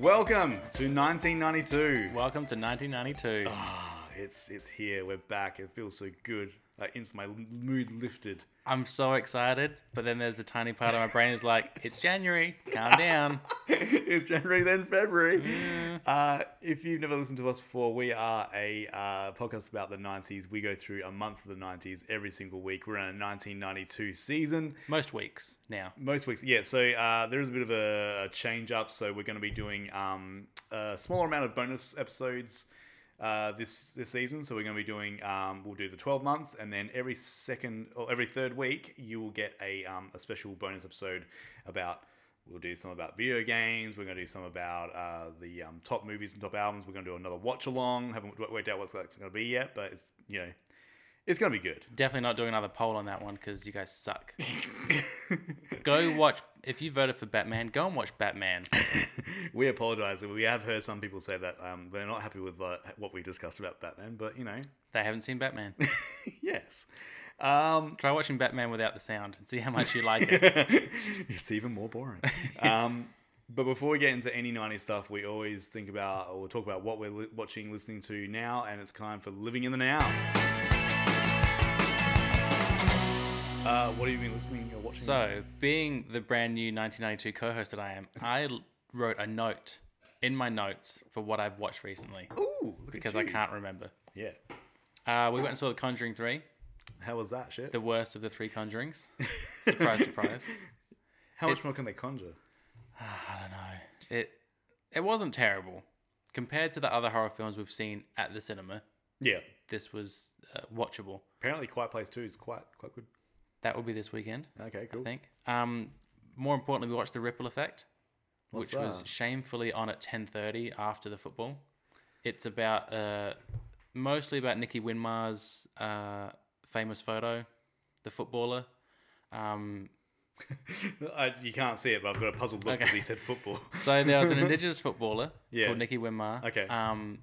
Welcome to 1992. Welcome to 1992. Ah, it's it's here. We're back. It feels so good. Like, it's my mood lifted. I'm so excited, but then there's a tiny part of my brain is like, it's January, calm down. it's January, then February. Uh, if you've never listened to us before, we are a uh, podcast about the 90s. We go through a month of the 90s every single week. We're in a 1992 season. Most weeks now. Most weeks, yeah. So uh, there is a bit of a, a change up. So we're going to be doing um, a smaller amount of bonus episodes uh, this this season. So we're going to be doing um, we'll do the twelve months, and then every second or every third week you will get a um, a special bonus episode about. We'll do some about video games. We're going to do some about uh, the um, top movies and top albums. We're going to do another watch along. Haven't w- worked out what's that's going to be yet, but it's you know, it's going to be good. Definitely not doing another poll on that one because you guys suck. go watch, if you voted for Batman, go and watch Batman. we apologize. We have heard some people say that um, they're not happy with uh, what we discussed about Batman, but you know, They haven't seen Batman. yes. Um, Try watching Batman without the sound and see how much you like it. it's even more boring. Um, but before we get into any 90s stuff, we always think about or talk about what we're li- watching, listening to now, and it's time for Living in the Now. Uh, what have you been listening or watching? So, being the brand new 1992 co host that I am, I l- wrote a note in my notes for what I've watched recently Ooh, look at because I you. can't remember. Yeah. Uh, we went and saw The Conjuring 3, How was that shit? the worst of the three Conjurings. surprise, surprise. Ah, How much more can they conjure? I don't know. It it wasn't terrible compared to the other horror films we've seen at the cinema. Yeah. This was uh, watchable. Apparently, Quiet Place 2 is quite quite good. That will be this weekend, Okay, I cool. think. Um, more importantly, we watched The Ripple Effect, What's which was that? shamefully on at ten thirty after the football. It's about uh, mostly about Nicky Winmar's uh, famous photo, the footballer. Um, I, you can't see it, but I've got a puzzled look Okay. because he said football. So there was an Indigenous footballer Yeah. called Nicky Winmar. Okay. Um,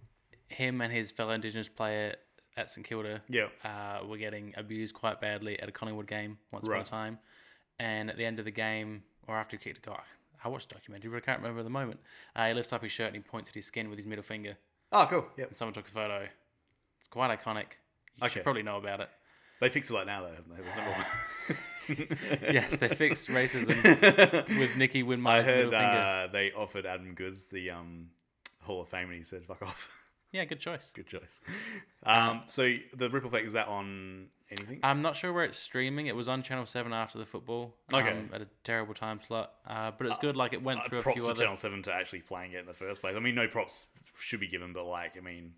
him and his fellow Indigenous player at St Kilda yeah. uh, were getting abused quite badly at a Collingwood game once upon Right. a time. And at the end of the game, or after he kicked a goal, I watched a documentary, but I can't remember at the moment. Uh, he lifts up his shirt and he points at his skin with his middle finger. Oh, cool. Yep. And someone took a photo. It's quite iconic. You Okay. should probably know about it. They fix it like now, though, haven't they? There's no more. yes, they fixed racism with Nicky I Winmar's heard middle finger. uh, they offered Adam Goods the um, Hall of Fame, and he said, "Fuck off." Yeah, good choice. Good choice. Um, so the ripple effect is that on anything? I'm not sure where it's streaming. It was on Channel Seven after the football. Okay. um, at a terrible time slot, uh, but it's good. Like it went Uh, through a props few to other. Channel Seven to actually playing it in the first place. I mean, no props should be given, but like, I mean,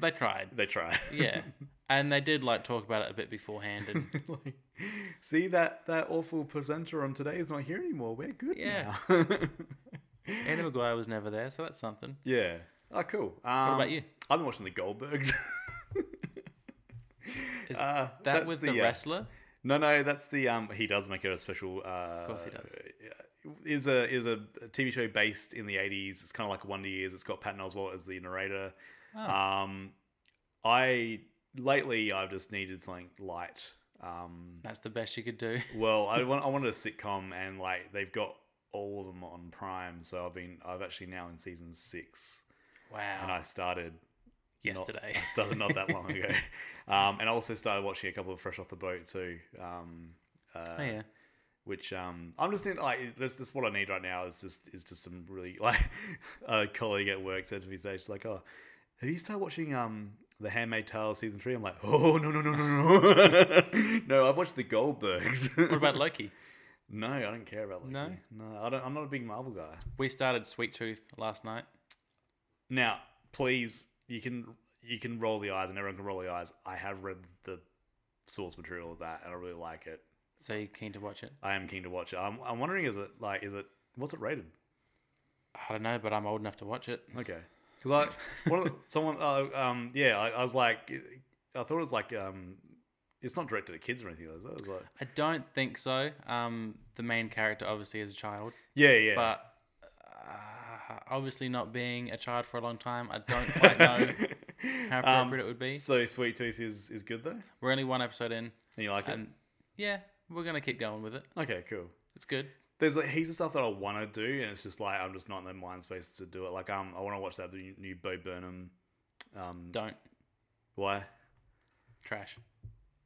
They tried, they try. yeah, and they did like talk about it a bit beforehand, and like, see that that awful presenter on today is not here anymore. We're good Yeah. now. Anna Maguire was never there, so that's something. Yeah. Oh, cool. Um, what about you? I've been watching the Goldbergs. Is Uh, that that's with the, uh, wrestler? no, no, that's the um. He does make it a special. Uh, of course he does. Is a is a TV show based in the eighties. It's kind of like Wonder Years. It's got Patton Oswalt as the narrator. Oh. Um, I lately I've just needed something light. Um, That's the best you could do. well, I want I wanted a sitcom, and like they've got all of them on Prime. So I've been I've actually now in season six, and Wow, I started not- yesterday. I started not that long ago. Um, and I also started watching a couple of Fresh Off the Boat too. Um, uh, oh, yeah, Which um, I'm just in, like this. This what I need right now is just is just some really like a colleague at work said to me today. She's like, "Oh, have you started watching um The Handmaid Tale season three? I'm like, "Oh no no no no no no! I've watched The Goldbergs. what about Loki? no, I don't care about Loki. No? no, I don't. I'm not a big Marvel guy. We started Sweet Tooth last night. Now, please, you can you can roll the eyes, and everyone can roll the eyes. I have read the source material of that, and I really like it. So you keen to watch it? I am keen to watch it. I'm, I'm wondering, is it like, is it what's it rated? I don't know, but I'm old enough to watch it. Okay, because I one of the- someone uh, um yeah, I, I was like, I thought it was like um, it's not directed at kids or anything. Like that. It was like I don't think so. Um, the main character obviously is a child. yeah yeah. but uh, obviously not being a child for a long time, I don't quite know how Um, appropriate it would be. so Sweet Tooth is is good though, and We're only one episode in, you like it? and yeah, we're gonna keep going with it. okay, cool. It's good. there's like heaps of stuff that I want to do, and it's just like I'm just not in the mind space to do it. Like um, I want to watch that new, new Bo Burnham. Um, Don't why? trash.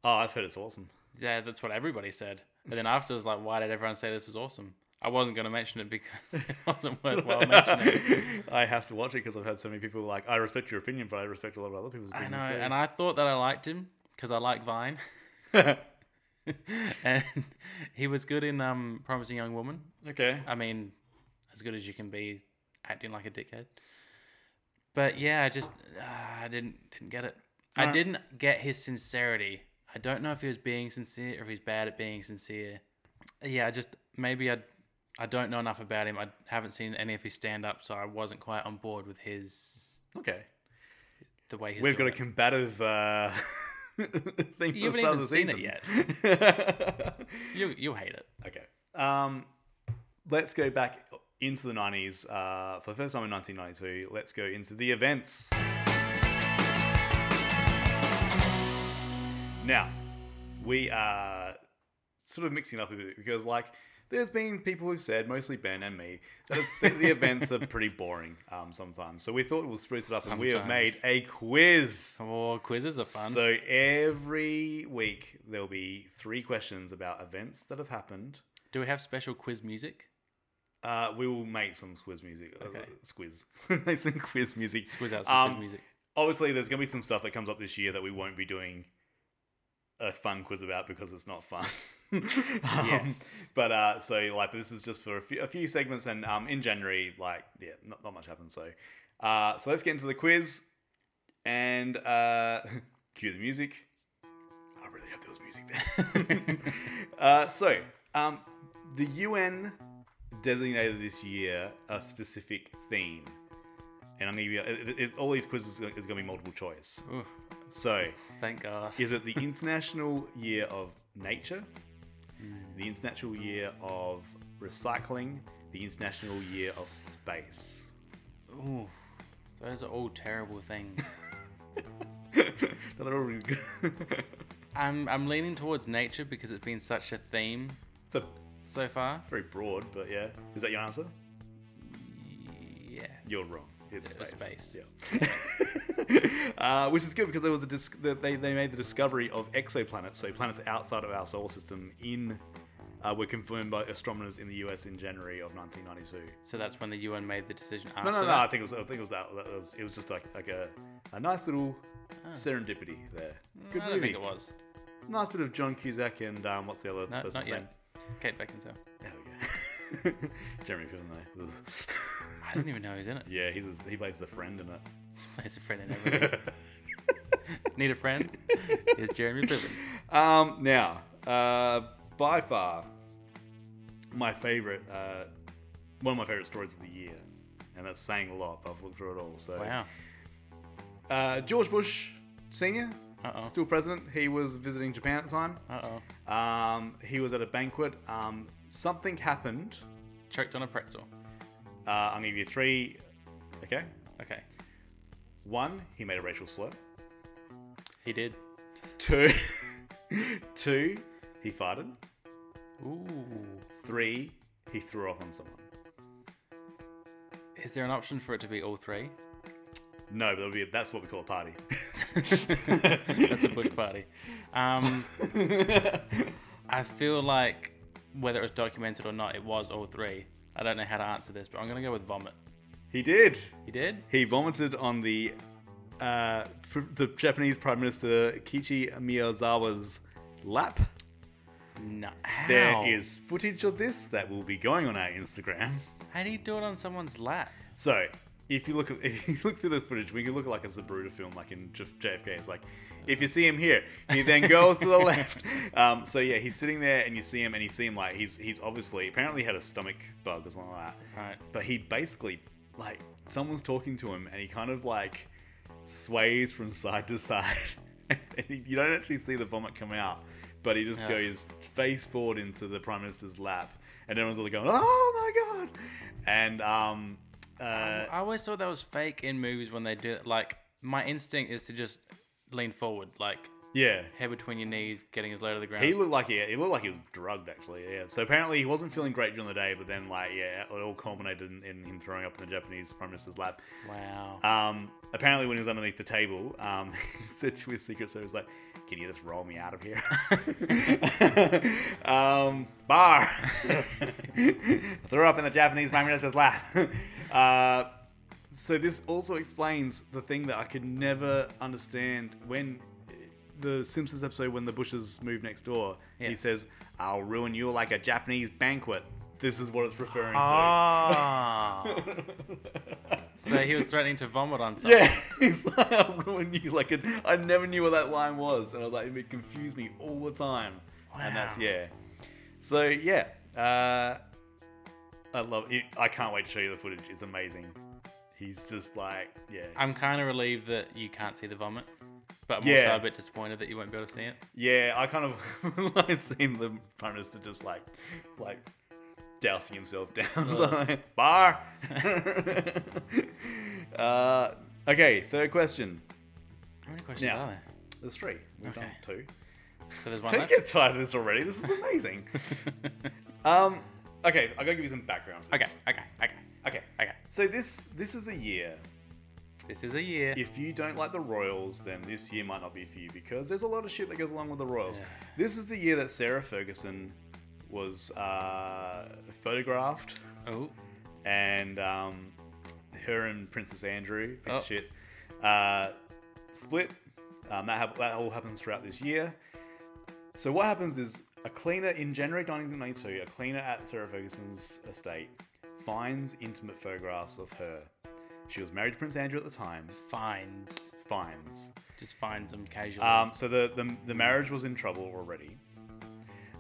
Oh, I've heard it's awesome. Yeah, that's what everybody said. And then afterwards, like, why did everyone say this was awesome? I wasn't going to mention it because it wasn't worthwhile mentioning. I have to watch it because I've had so many people like I respect your opinion, but I respect a lot of other people's I opinions know, too. and I thought that I liked him because I like Vine, and he was good in um, Promising Young Woman. okay, I mean, as good as you can be acting like a dickhead. But yeah, I just uh, I didn't didn't get it. I Alright. didn't get his sincerity. I don't know if he was being sincere or if he's bad at being sincere. Yeah, I just maybe I I don't know enough about him. I haven't seen any of his stand up, so I wasn't quite on board with his okay. the way he's We've got doing a it. combative uh, thing for You the start haven't even of the seen season it yet. you you hate it. Okay. Um, let's go back into the 90s. Uh, for the first time in 1992, let's go into the events. Now, we are sort of mixing up a bit because, like, there's been people who've said, mostly Ben and me, that the the events are pretty boring um, sometimes. So we thought we'll spruce it up and we have made Sometimes. a quiz. Oh, quizzes are fun. So every week there'll be three questions about events that have happened. Do we have special quiz music? Uh, we will make some quiz music. Okay. Okay. Squiz. make some quiz music. Quiz out some Um, quiz music. Obviously, there's going to be some stuff that comes up this year that we won't be doing a fun quiz about because it's not fun. Um, Yes. But uh, so, like, this is just for a few, a few segments, and um, in January, like, yeah, not, not much happens. So, uh, so let's get into the quiz and uh, cue the music. I really hope there was music there. uh, so, um, the UN designated this year a specific theme, and I'm gonna give you it, it- it- all these quizzes is gonna be multiple choice. Ooh, So, thank God. is it the International Year of Nature, the International Year of Recycling, the International Year of Space? Ooh, those are all terrible things. Now, they're all really good. I'm I'm leaning towards nature because it's been such a theme it's a, so far. very broad, but yeah. Is that your answer? Yeah. You're wrong. It's It was space. space. Yeah. uh, which is good because there was a dis- that they, they made the discovery of exoplanets, so planets outside of our solar system in uh, were confirmed by astronomers in the US in January of 1992. So that's when the UN made the decision No, after no, no. I that. think it was. I think it was that. that was, it was just like like a, a nice little serendipity there. Good Mm, I movie. don't think it was. Nice bit of John Cusack and um, what's the other No, person's not name? yet. Kate Beckinsale. There we go. Jeremy Piven though. Ugh. I don't even know who's in it. yeah, he's a, he plays the friend in it. There's a friend in everything. Need a friend? Is Jeremy Piven. Um, now, uh, by far, my favorite, uh, one of my favorite stories of the year, and that's saying a lot. But I've looked through it all. So, Wow. uh, George Bush Senior, Uh oh. still president, he was visiting Japan at the time. Uh oh. Um, he was at a banquet. Um, something happened. Choked on a pretzel. Uh, I'm gonna give you three. Okay. Okay. One, he made a racial slur. He did. Two, two, he farted. Ooh. Three, he threw up on someone. Is there an option for it to be all three? No, but that'll be, that's what we call a party. That's a bush party. Um, I feel like whether it was documented or not, it was all three. I don't know how to answer this, but I'm gonna go with vomit. he did. You did? He vomited on the uh, pr- the Japanese Prime Minister Kichi Miyazawa's lap. No. How? There is footage of this that will be going on our Instagram. How do you do it on someone's lap? So if you look at, if you look through the footage, we can look at like a Zabruta film, like in J- JFK. It's like if you see him here, he then goes to the left. Um, so yeah, he's sitting there, and you see him, and you see him like he's he's obviously apparently had a stomach bug or something like that. Right. But he basically like someone's talking to him, and he kind of like sways from side to side, and he, you don't actually see the vomit come out, but he just Yeah. goes face forward into the prime minister's lap, and everyone's all going, "Oh my god!" And um. Uh, I always thought that was fake in movies when they do it. Like my instinct is to just lean forward, like Yeah. head between your knees, getting as low to the ground. He as looked like he, he looked like he was drugged actually. Yeah. So apparently he wasn't feeling great during the day, but then like yeah, it all culminated in, in him throwing up in the Japanese prime minister's lap. wow. Um, apparently when he was underneath the table, um, he said to his secret service like, "Can you just roll me out of here?" um, bar. Threw up in the Japanese prime minister's lap. Uh, so this also explains the thing that I could never understand when the Simpsons episode when the Bushes move next door. He Yes. says, "I'll ruin you like a Japanese banquet." This is what it's referring Ah. so he was threatening to vomit on to. someone. Yeah, he's like, "I'll ruin you like a." I never knew what that line was, and I was like, it confused me all the time. And that's Wow. yeah. So yeah, uh, I love it. I can't wait to show you the footage. It's amazing. He's just like yeah. I'm kind of relieved that you can't see the vomit, but I'm Yeah. also a bit disappointed that you won't be able to see it. Yeah, I kind of like seeing the prime minister just like, like dousing himself down. So, like, Bar. uh, okay, third question. How many questions Now. are there? There's three. We've done Okay. two. So there's one Don't left. get tired of this already. This is amazing. um, okay, I gotta give you some background. for Okay, this. okay, okay, Okay. okay. So this this is a year. This is a year. If you don't like the Royals, then this year might not be for you because there's a lot of shit that goes along with the Royals. Yeah. This is the year that Sarah Ferguson was uh, photographed Oh, and um, her and Princess Andrew, piece Oh. of shit, uh, split. Um, that, hap- that all happens throughout this year. So what happens is a cleaner in January 1992, a cleaner at Sarah Ferguson's estate finds intimate photographs of her. She was married to Prince Andrew at the time. finds. Finds. Just finds them casually. Um, so the, the the marriage was in trouble already.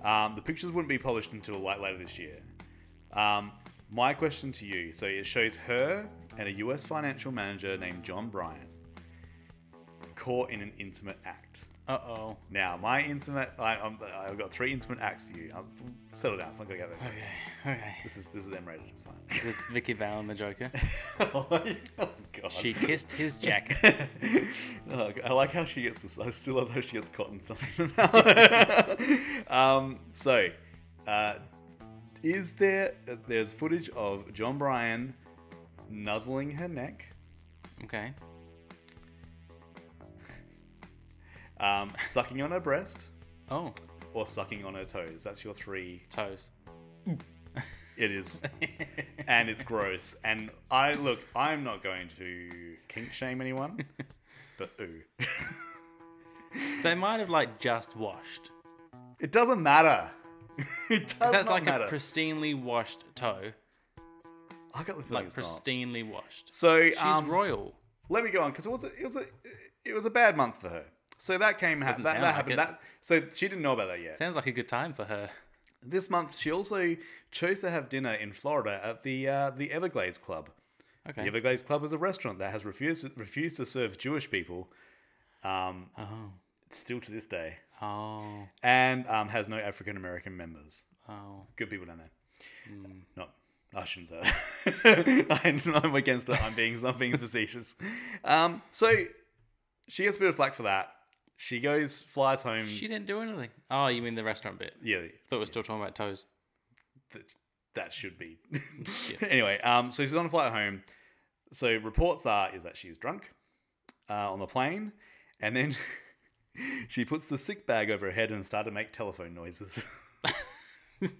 Um, the pictures wouldn't be published until like later this year. Um, my question to you: so it shows her and a U.S. financial manager named John Bryant caught in an intimate act. uh oh. Now, my intimate, I, I'm, I've got three intimate acts for you. Um settle down. It's not gonna get there. Okay, okay. This is this is M-rated. It's fine. This is Vicky Vale and the Joker. oh, God. She kissed his jacket. Oh, I like how she gets this. I still love how she gets cotton stuff in her mouth. um, so, uh, is there? There's footage of John Bryan nuzzling her neck. Okay. Um, sucking on her breast Oh, or sucking on her toes. That's your three. toes. It is, and it's gross. And I look. I'm not going to kink shame anyone, but ooh, They might have like just washed. it doesn't matter. it does That's not like matter. a pristinely washed toe. I got the feeling Like it's not. pristinely washed. So She's um, royal. let me go on because it was a, it was a it was a bad month for her. So that came ha- that, Doesn't that sound like happened. it. That so she didn't know about that yet. Sounds like a good time for her. This month she also chose to have dinner in Florida at the uh, the Everglades Club. Okay. The Everglades Club is a restaurant that has refused refused to serve Jewish people um, oh. still to this day, Oh. and um, has no African American members. Oh. Good people down there. Not. I shouldn't say that. I'm- I'm against it. I'm being, I'm being facetious. Um, so she gets a bit of flack for that. She goes, flies home. She didn't do anything. Oh, you mean the restaurant bit? yeah, Thought we were still talking about toes. that, that should be. Anyway, um, so she's on a flight home. So reports are is that she's drunk uh, on the plane, and then she puts the sick bag over her head and started to make telephone noises.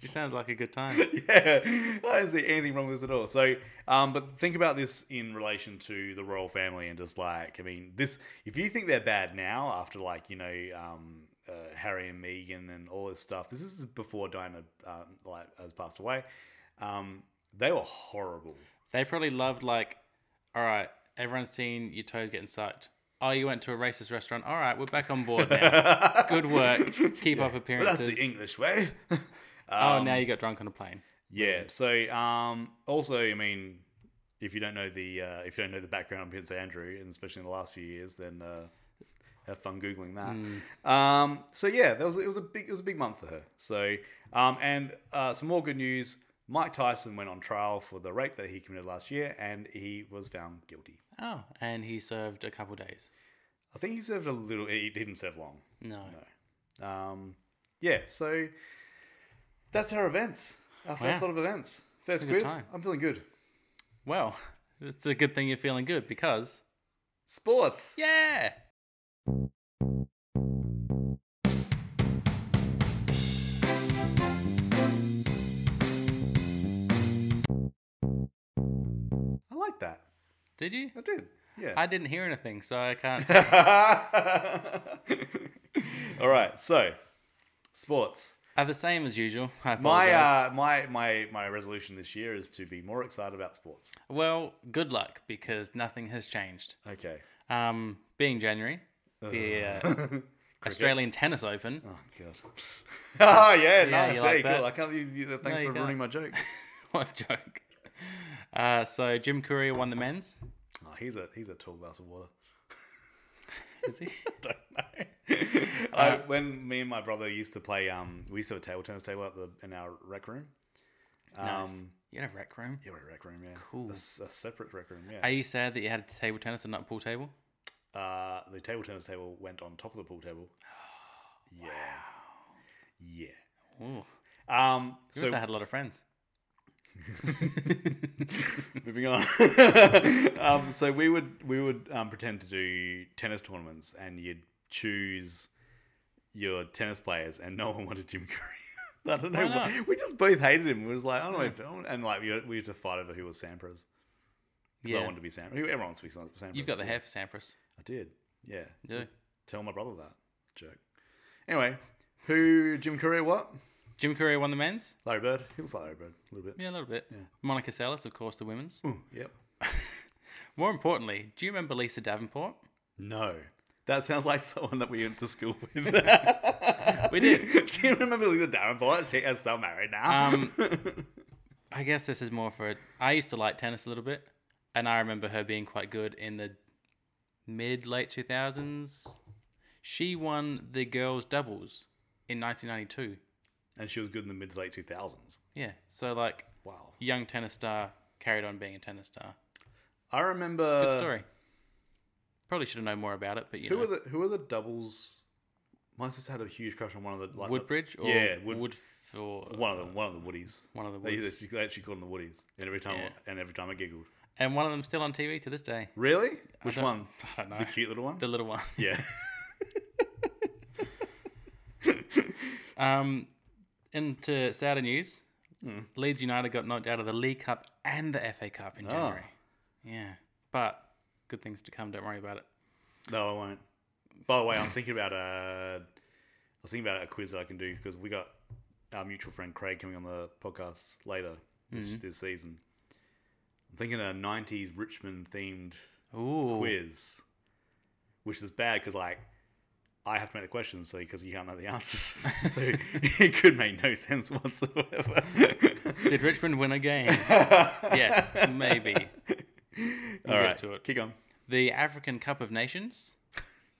She sounds like a good time. yeah, I don't see anything wrong with this at all. So, um, but think about this in relation to the royal family and just like, I mean, this, if you think they're bad now after like, you know, um, uh, Harry and Meghan and all this stuff, this is before Diana um, like, has passed away. Um, they were horrible. They probably loved like, all right, everyone's seen your toes getting sucked. Oh, you went to a racist restaurant. All right, we're back on board now. good work. Keep up But appearances. that's the Um, English way. oh, now you got drunk on a plane. Yeah. So, um, also, I mean, if you don't know the uh, if you don't know the background on Prince Andrew, and especially in the last few years, then uh, have fun googling that. Hmm. Um, so yeah, that was it was a big it was a big month for her. So, um, and uh, some more good news. Mike Tyson went on trial for the rape that he committed last year, and he was found guilty. Oh, and he served a couple days. I think he served a little. He didn't serve long. No. No. Um, yeah. So that's our events. Our first Wow. lot of events. First a good quiz. time. I'm feeling good. Well, it's a good thing you're feeling good because Sports. yeah. I like that. Did you? I did. Yeah. I didn't hear anything, so I can't. Say. All right. So sports. Are Uh, the same as usual. I My apologize. uh, my my my resolution this year is to be more excited about sports. well, good luck because nothing has changed. Okay. Um, being January, the uh, Australian Tennis Open. Oh god. oh yeah, Yeah, nice. There you like you go. that? I can't. You, you, thanks you for can't. ruining my joke. what a joke. Uh, so Jim Courier won the men's. Oh, he's a he's a tall glass of water. Is he? Don't know. I, when me and my brother used to play, um, we used to have a table tennis table at the in our rec room. Um, nice. You had a rec room. Yeah, we had a rec room. Yeah, Cool. A, s- a separate rec room. Are Yeah. you sad that you had a table tennis and not a pool table? Uh, the table tennis table went on top of the pool table. Yeah. Yeah. Ooh. Um, You so also had a lot of friends. Moving on. um, so we would we would um, pretend to do tennis tournaments, and you'd choose your tennis players, and no one wanted Jim Curry. I don't know. Why Why we just both hated him. We was like, I don't know, if- I don't- and like we had, we had to fight over who was Sampras. Because I Yeah. wanted to be Sampras. Everyone wants to be Sam- Sampras. You've got the yeah. hair for Sampras. I did. Yeah. You do. Tell my brother that joke. Anyway, who Jim Curry? What? Jim Courier won the men's. Larry Bird. He looks like Larry Bird a little bit. Yeah, a little bit. Monica Seles, of course, the women's. Ooh, yep. More importantly, do you remember Lisa Davenport? No. That sounds like someone that we went to school with. We did. Do you remember Lisa Davenport? She is so married now. Um, I guess this is more for. I used to like tennis a little bit, and I remember her being quite good in the mid late two thousands. She won the girls doubles in nineteen ninety two. and she was good in the mid to late 2000s. Yeah, so like Wow. young tennis star carried on being a tennis star. I remember. Good story. Probably should have known more about it, but Uh, you Who know, were the Who were the doubles? My sister had a huge crush on one of the like the- Woodbridge or yeah, Wood, Wood, or one of the one of the Woodies. one of the They, Woods. she they actually called them the Woodies, and every time Yeah. and every time I giggled. and one of them's still on TV to this day. Really? Which don't- one? I don't know. The cute little one. The little one. yeah. Um, into sadder news, Leeds United got knocked out of the League Cup and the FA Cup in January. Yeah, but good things to come. Don't worry about it. No, I won't. By the way, I'm thinking about uh, I was thinking about a quiz that I can do because we got our mutual friend Craig coming on the podcast later this, Mm-hmm. this season. I'm thinking a '90s Richmond themed Ooh, quiz, which is bad because like I have to make the questions so because you can't know the answers, so it could make no sense whatsoever. did Richmond win a game? yes, maybe. All right, to it. keep going. The African Cup of Nations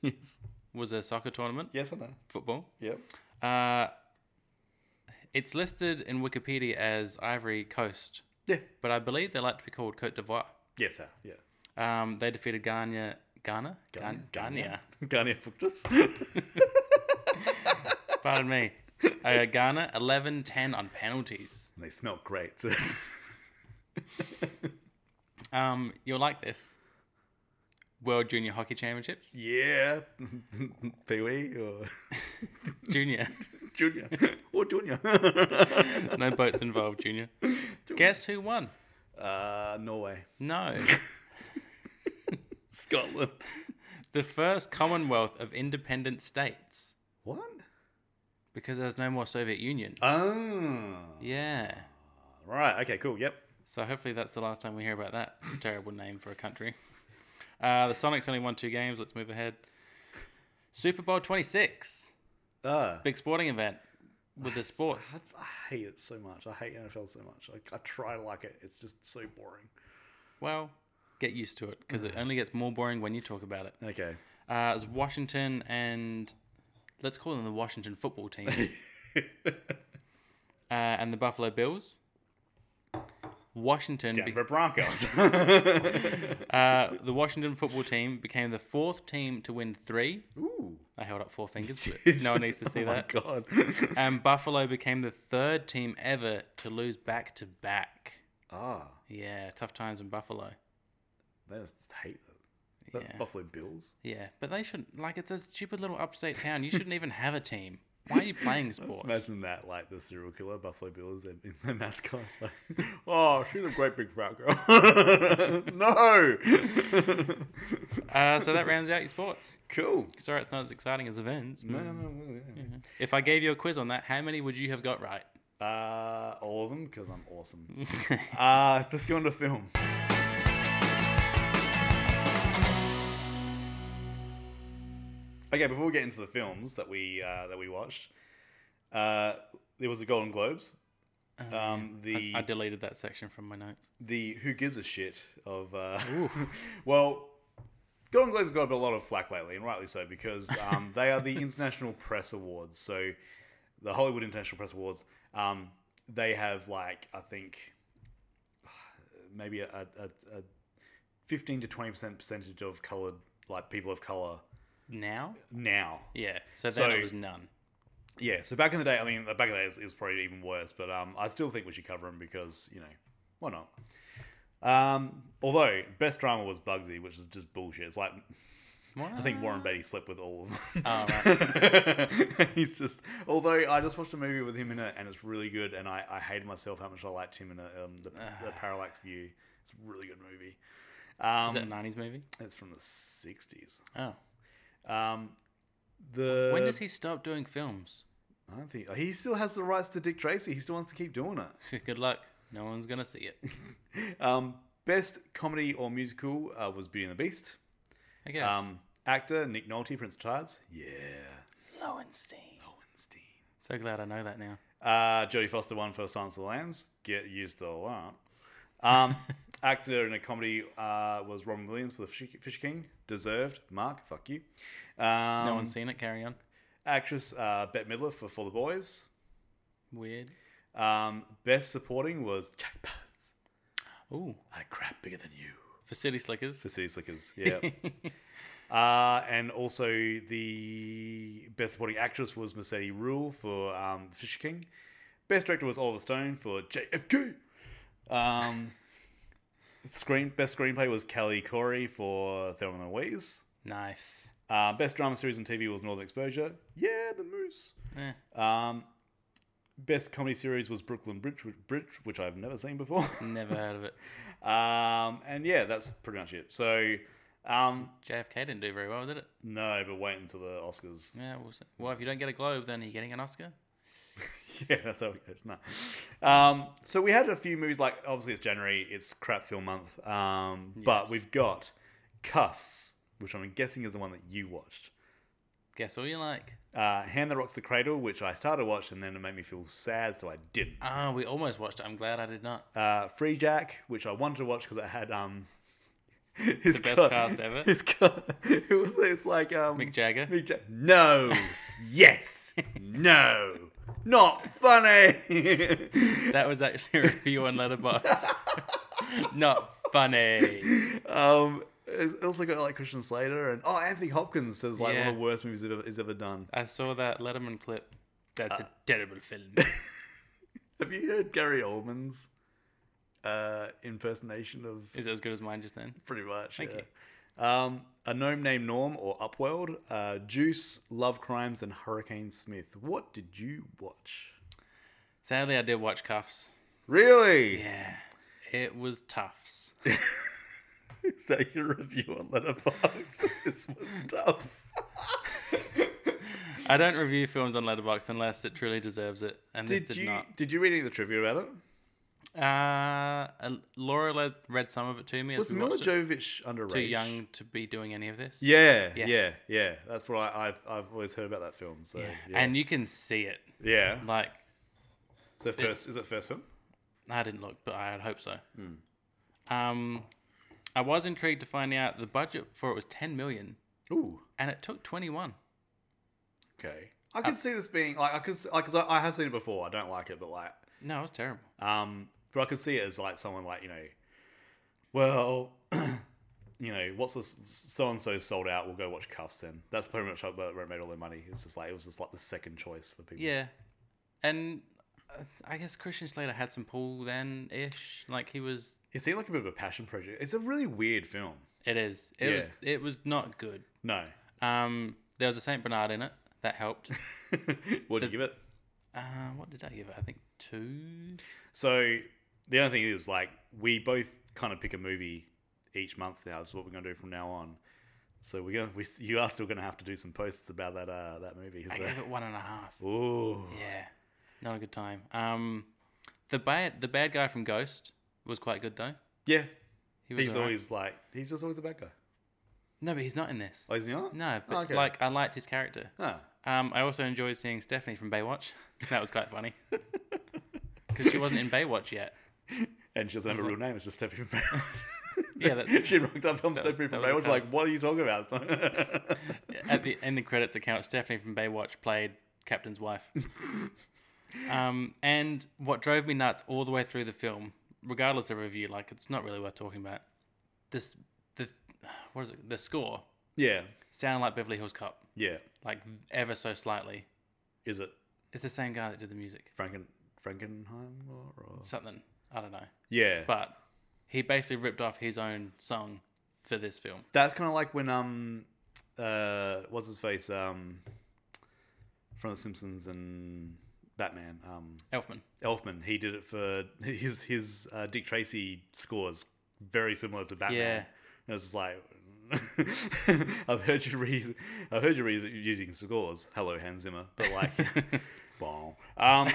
Yes, was a soccer tournament, yes, I know. football. Yep. Uh, it's listed in Wikipedia as Ivory Coast, Yeah. but I believe they like to be called Cote d'Ivoire. Yes, sir. Yeah. Um, they defeated Ghana. Ghana? Ghana. Ghana. Ghana Fuctus. Pardon me. Uh, Ghana, 11 10 on penalties. They smell great. Um, you'll like this. World Junior Hockey Championships. yeah. Pee Wee or Junior. Junior. Or Junior. no boats involved, Junior. Guess who won? Uh, Norway. No. Scotland. The first Commonwealth of Independent States. What? Because there's no more Soviet Union. Oh. Yeah. Right. Okay, cool. Yep. So hopefully that's the last time we hear about that terrible name for a country. Uh, the Sonics only won two games. Let's move ahead. Super Bowl 26. Uh, Big sporting event with the sports. that's, I hate it so much. I hate NFL so much. I, I try to like it. It's just so boring. Well, get used to it because Mm. it only gets more boring when you talk about it. Okay. Uh, it's Washington and let's call them the Washington football team uh, and the Buffalo Bills. Washington. be- Denver Broncos. uh, the Washington football team became the fourth team to win three. Ooh. I held up four fingers, but no one needs to see oh that. My God. And Buffalo became the third team ever to lose back to back. ah, Yeah, tough times in Buffalo. they just hate them. Yeah. Buffalo Bills. Yeah, but they shouldn't. Like, it's a stupid little upstate town. You shouldn't even have a team. Why are you playing Just sports? imagine that, like the serial killer Buffalo Bills, their, their mascot. It's Like, oh, she's a great big fat girl. no. Uh, so that rounds out your sports. cool. Sorry, it's not as exciting as events. No, no, no, well, yeah. If I gave you a quiz on that, how many would you have got right? Uh, all of them because I'm awesome. uh, let's go into film. Okay, before we get into the films that we uh, that we watched, uh, there was the Golden Globes. Um, the Oh, I deleted that section from my notes. the who gives a shit of uh, well golden globes have got a lot of flack lately and rightly so because um, they are the international press awards so the hollywood international press awards um, they have like i think maybe a, a, a 15 to 20% percentage of colored like people of color Now? now Yeah. So then So- it was none. yeah so back in the day i mean back in the day it was, it was probably even worse but um, i still think we should cover them because you know why not um, although best drama was bugsy which is just bullshit it's like I think Warren Beatty slept with all of them. Oh, He's just, although I just watched a movie with him in it and it's really good, and I, I hated myself how much I liked him in it, um, the, the Parallax View. It's a really good movie. Um, Is that a 90s movie? it's from the 60s. Oh. Um, the When does he stop doing films? I don't think he still has the rights to Dick Tracy. He still wants to keep doing it. Good luck. No one's going to see it. Um, best comedy or musical uh, was Beauty and the Beast. I guess. Um, actor Nick Nolte, Prince of Tides. Yeah, Lowenstein. Lowenstein. So glad I know that now. Uh, Jodie Foster won for Silence of the Lambs. Get used to that. Um, actor in a comedy uh, was Robin Williams for The Fish Fish King. Deserved. Mark, fuck you. Um, No one's seen it. Carry on. Actress uh, Bette Midler for For the Boys. Weird. Um, best supporting was Jack Palance. Ooh. I crap bigger than you. For City Slickers. The City Slickers, yeah. uh, and also the best supporting actress was Mercedes Rule for um, Fisher King. Best director was Oliver Stone for JFK. Um, screen best screenplay was Kelly Corey for Thelma and Louise. Nice. Uh, best drama series on TV was Northern Exposure. Yeah, the Moose. Eh. Um, best comedy series was Brooklyn Bridge, Bridge, which I've never seen before. Never heard of it. Um, and yeah, that's pretty much it. So, um, JFK didn't do very well, did it? no, but wait until the Oscars. Yeah, we'll see. Well, if you don't get a Globe, then are you getting an Oscar? yeah, that's how it goes. No. Um, so we had a few movies. Like obviously it's January, it's crap film month. Um, but Yes. we've got Cuffs, which I'm guessing is the one that you watched. Guess all you like. Uh, Hand that rocks the cradle, which I started to watch and then it made me feel sad, so I didn't. Ah, we almost watched it. I'm glad I did not. Uh, Free Jack, which I wanted to watch because it had um. His best cast ever. His cut. It was. It's like um. Mick Jagger. Mick Jag- no. yes. No. Not funny. That was actually a review on Letterboxd. Not funny. um, it's also got like Christian Slater and oh Anthony Hopkins says like one Yeah. of the worst movies ever is ever done. I saw that Letterman clip. That's Uh. a terrible film. Have you heard Gary Oldman's uh, impersonation of Is it as good as mine just then? pretty much? Thank yeah. Um, a gnome named Norm or Upworld, uh, Juice, Love Crimes, and Hurricane Smith. What did you watch? Sadly, I did watch Cuffs. Really? Yeah, it was Tufts. Is that your review on Letterboxd? it's stuffs. I don't review films on Letterboxd unless it truly deserves it, and Did, this did you not. did you read any of the trivia about it? Uh, uh, Laura le- read some of it to me. Was as we Mila watched it. Jovovich underrated? Too young to be doing any of this. Yeah, yeah, Yeah. yeah, That's what I, I've I've always heard about that film. So yeah, yeah. and you can see it. Like So first is it first film? I didn't look, but I'd hope so. Hmm. Um, I was intrigued to find out the budget for it was ten million, Ooh, and it took twenty one. okay. I could see this being like I could s- like because I, I have seen it before. I don't like it, but like No, it was terrible. um But I could see it as like someone like you know, well, you know, what's this? So and so sold out. We'll go watch Cuffs. Then that's pretty much how it made all their money. It's just like it was just like the second choice for people. Yeah, and uh, I guess Christian Slater had some pull then ish. Like he was. It seemed like a bit of a passion project. It's a really weird film. It is. It Yeah. was. It was not good. No, Um, there was a Saint Bernard in it that helped. what'd you give it? uh, what did I give it? I think two. So the other thing is like we both kind of pick a movie each month now. That's what we're gonna do from now on. So we're gonna we, you are still gonna have to do some posts about that uh that movie. I So. gave it one and a half. Ooh, Yeah, not a good time. Um, the bad the bad guy from Ghost was quite good though. yeah. He was He's alright. always like he's just always the bad guy. no, but he's not in this. Oh, is he not? No, but okay. like I liked his character. Ah. Um, I also enjoyed seeing Stephanie from Baywatch. That was quite funny because she wasn't in Baywatch yet. And she doesn't have a real name. It's just Stephanie from Baywatch. Yeah, that- she rocked up on Stephanie that from was Baywatch. a Like, cast. what are you talking about? It's not- At the in the credits account, Stephanie from Baywatch played Captain's wife. um, and what drove me nuts all the way through the film, regardless of review, like it's not really worth talking about. This the what is it? The score yeah, sounded like Beverly Hills Cop, yeah. like ever so slightly. Is it It's the same guy that did the music. Franken Frankenheim or? or- Something I don't know. Yeah, but he basically ripped off his own song for this film. That's kind of like when um, uh, what's his face um, from The Simpsons and Batman um, Elfman. Elfman. He did it for his his uh, Dick Tracy scores very similar to Batman. Yeah. and it's just like. I've heard you re- I've heard you re- using scores. Hello, Hans Zimmer. But like, wow. Um,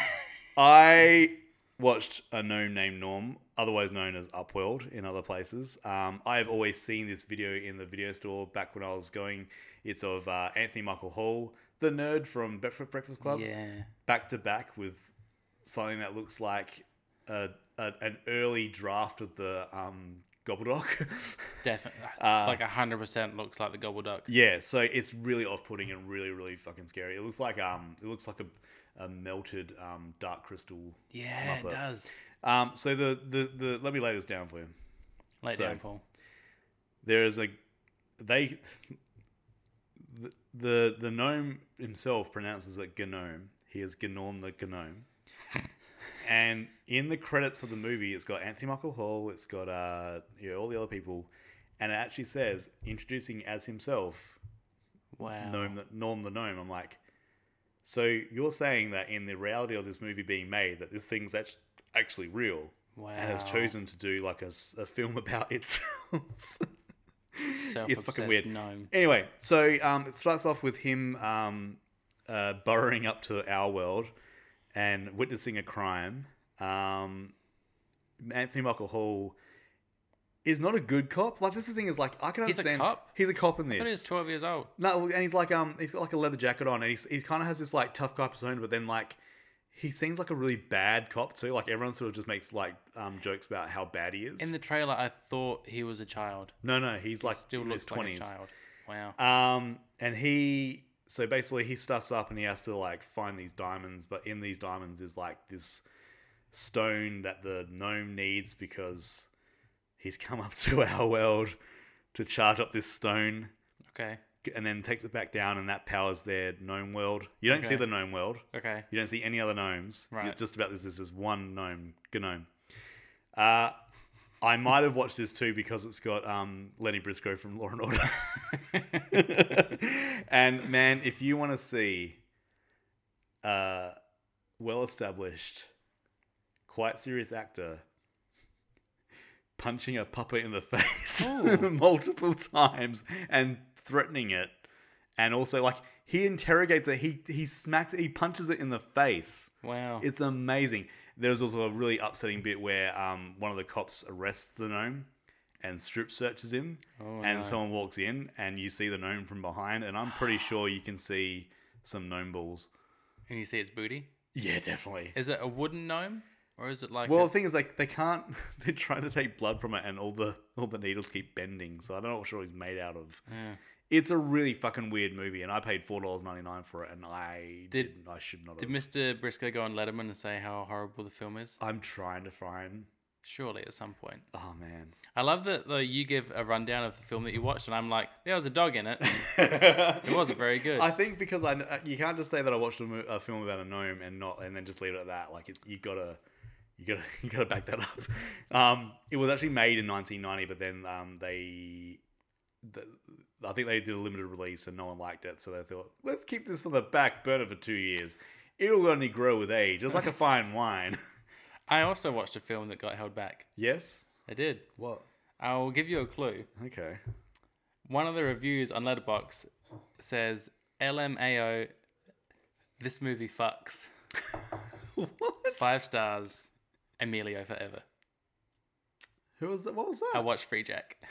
I watched a gnome named Norm, otherwise known as Upworld in other places. Um, I have always seen this video in the video store back when I was going. It's of uh, Anthony Michael Hall, the nerd from Breakfast Breakfast Club, Yeah. back to back with something that looks like a, a, an early draft of the um, Gobbledoc. Definitely. like 100% looks like the Gobbleduck. yeah, so it's really off-putting and really, really fucking scary. It looks like um, it looks like a, a melted um, dark crystal Yeah, it Muppet. does. Um, so the, the the let me lay this down for you. Lay So- down, Paul. There is a they the the, the gnome himself pronounces it gnome. He is Gnorm the gnome. and in the credits for the movie, it's got Anthony Michael Hall. It's got uh you know, all the other people, and it actually says introducing as himself Wow. gnome the Norm the gnome. I'm like, so you're saying that in the reality of this movie being made, that this thing's act- actually real wow. and has chosen to do like a, s- a film about itself. Self-obsessed fucking weird. Gnome. anyway, so um, it starts off with him um, uh, burrowing up to our world and witnessing a crime. Um, Anthony Michael Hall is not a good cop. Like this is the thing is like I can He's a understand cop? He's a cop in But he's this. 12 years old. No, and he's like um he's got like a leather jacket on and he's, he's kind of has this like tough guy persona, but then like. He seems like a really bad cop too. Like everyone sort of just makes like um, jokes about how bad he is. In the trailer, I thought he was a child. No, no, he's like Still in his looks like a twenties. child. Wow. um, and he so basically he stuffs up and he has to like find these diamonds, but in these diamonds is like this stone that the gnome needs because he's come up to our world to charge up this stone, Okay. and then takes it back down, and that powers their gnome world. You don't see Okay. the gnome world. Okay. You don't see any other gnomes. Right. It's just about this. This is one gnome. Gnome. Uh, I might have watched this too because it's got um, Lenny Briscoe from Law and Order. and man, if you want to see uh, a well-established, quite serious actor punching a puppet in the face Ooh. multiple times and threatening it, and also like he interrogates it, he he smacks it, he punches it in the face. Wow. It's amazing. There's also a really upsetting bit where um, one of the cops arrests the gnome and strip searches him, Oh, and no. someone walks in and you see the gnome from behind, and I'm pretty sure you can see some gnome balls. and you see its booty. Yeah, definitely. Is it a wooden gnome? or is it like Well, a- the thing is, like they can't. They're trying to take blood from it, and all the all the needles keep bending. So I don't know what sure he's made out of. Yeah. It's a really fucking weird movie, and I paid four dollars ninety nine for it, and I Did- did. not I should not. did Have. Mr. Briscoe go on Letterman and say how horrible the film is? I'm trying to find. Surely at some point. Oh man. I love that though you give a rundown of the film that you watched, and I'm like, there was a dog in it. it wasn't very good. I think because I kn- you can't just say that I watched a, mo- a film about a gnome and not and then just leave it at that. Like it's, you gotta you gotta you gotta back that up. Um, it was actually made in 1990, but then um, they. The, I think they did a limited release and no one liked it, so they thought, let's keep this on the back burner for two years. It'll only grow with age, just like a fine wine. I also watched a film that got held back. yes? I did. What? I'll give you a clue. Okay. One of the reviews on Letterbox says LMAO, this movie fucks. what? Five stars, Emilio forever. Who was that? What was I that? watched Free Jack.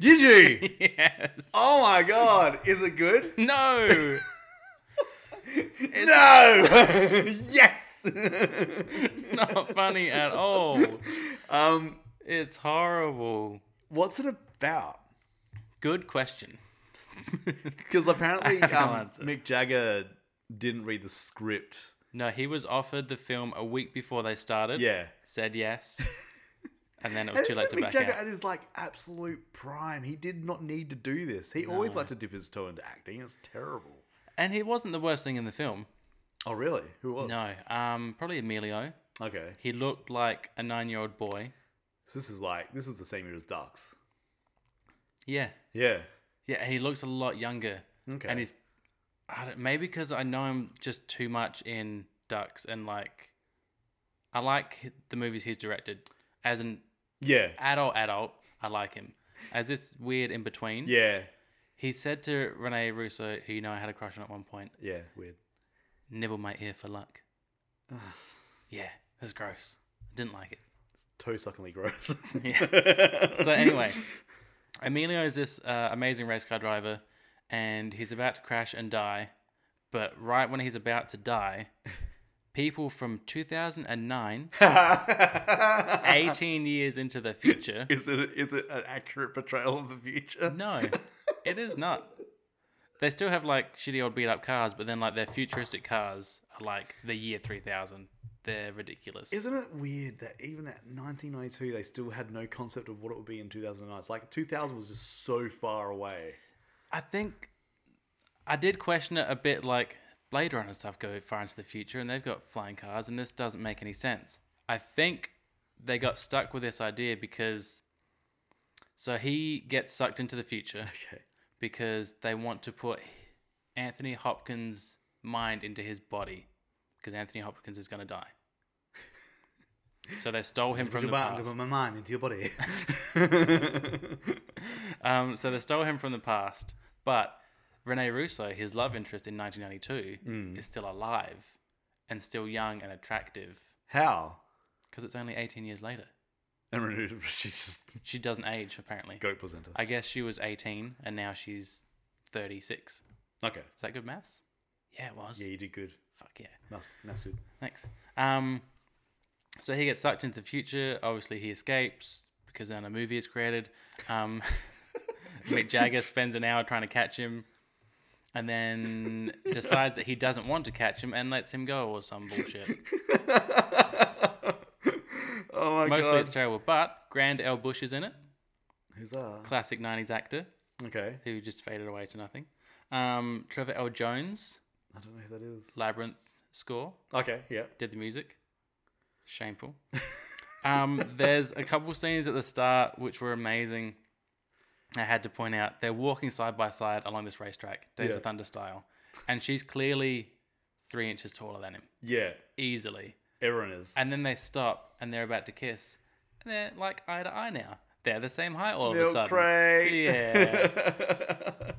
Did you? yes. oh my god! Is it good? No. No. yes. Not funny at all. Um, It's horrible. what's it about? Good question. Because apparently, I have no um, answer. Mick Jagger didn't read the script. No, he was offered the film a week before they started. Yeah. Said yes. And then it And was too this late is to Mick back Jagger out. at his like absolute prime. He did not need to do this. He always liked to dip his toe into acting. It's terrible. And he wasn't the worst thing in the film. Oh really? Who was? No. Um, probably Emilio. Okay. He looked like a nine year old boy. So this is like this is the same year as Ducks. Yeah. Yeah. Yeah, he looks a lot younger. Okay. And he's, I don't, maybe because I know him just too much in Ducks and like, I like the movies he's directed. As an yeah. adult, adult, I like him. As this weird in between. Yeah. He said to Rene Russo, who you know I had a crush on at one point, Yeah. Weird. nibble my ear for luck. yeah, it was gross. I didn't like it. Toe suckingly gross. So anyway, Emilio is this uh, amazing race car driver, and he's about to crash and die. But right when he's about to die, people from 2009, 18 years into the future, Is it is it an accurate portrayal of the future? no, it is not. They still have like shitty old beat up cars, but then like their futuristic cars are like the year 3000. They're ridiculous. Isn't it weird that even at 1992 they still had no concept of what it would be in 2009? It's like 2000 was just so far away. I think I did question it a bit like Blade Runner and stuff go far into the future and they've got flying cars and this doesn't make any sense. I think they got stuck with this idea because so he gets sucked into the future Okay. because they want to put Anthony Hopkins' mind into his body because Anthony Hopkins is going to die. So they stole him Put from your the mind, past. put my mind into your body. Um, so they stole him from the past, but Rene Russo, his love interest in 1992, is still alive and still young and attractive How? because it's only 18 years later. And Renewed, she's just She doesn't age, apparently. goat presenter. I guess she was 18 and now she's 36. Okay. Is that good maths? Yeah, it was. Yeah, you did good. Fuck yeah. That's, that's good. Thanks. Um, so he gets sucked into the future. Obviously, he escapes because then a movie is created. Um, Mick Jagger spends an hour trying to catch him, and then decides that he doesn't want to catch him and lets him go or some bullshit. Oh my Mostly god. it's terrible. But Grand L. Bush is in it, Who's that? classic '90s actor Okay. who just faded away to nothing. Um, Trevor L. Jones, I don't know who that is. Labyrinth score. Okay, yeah. did the music. Shameful. um, there's a couple scenes at the start which were amazing. I had to point out they're walking side by side along this racetrack, Days Yeah. of Thunder style, and she's clearly three inches taller than him, Yeah. easily. Everyone is. And then they stop and they're about to kiss, and they're like eye to eye now. They're the same height all of a Milk sudden. crate. Yeah.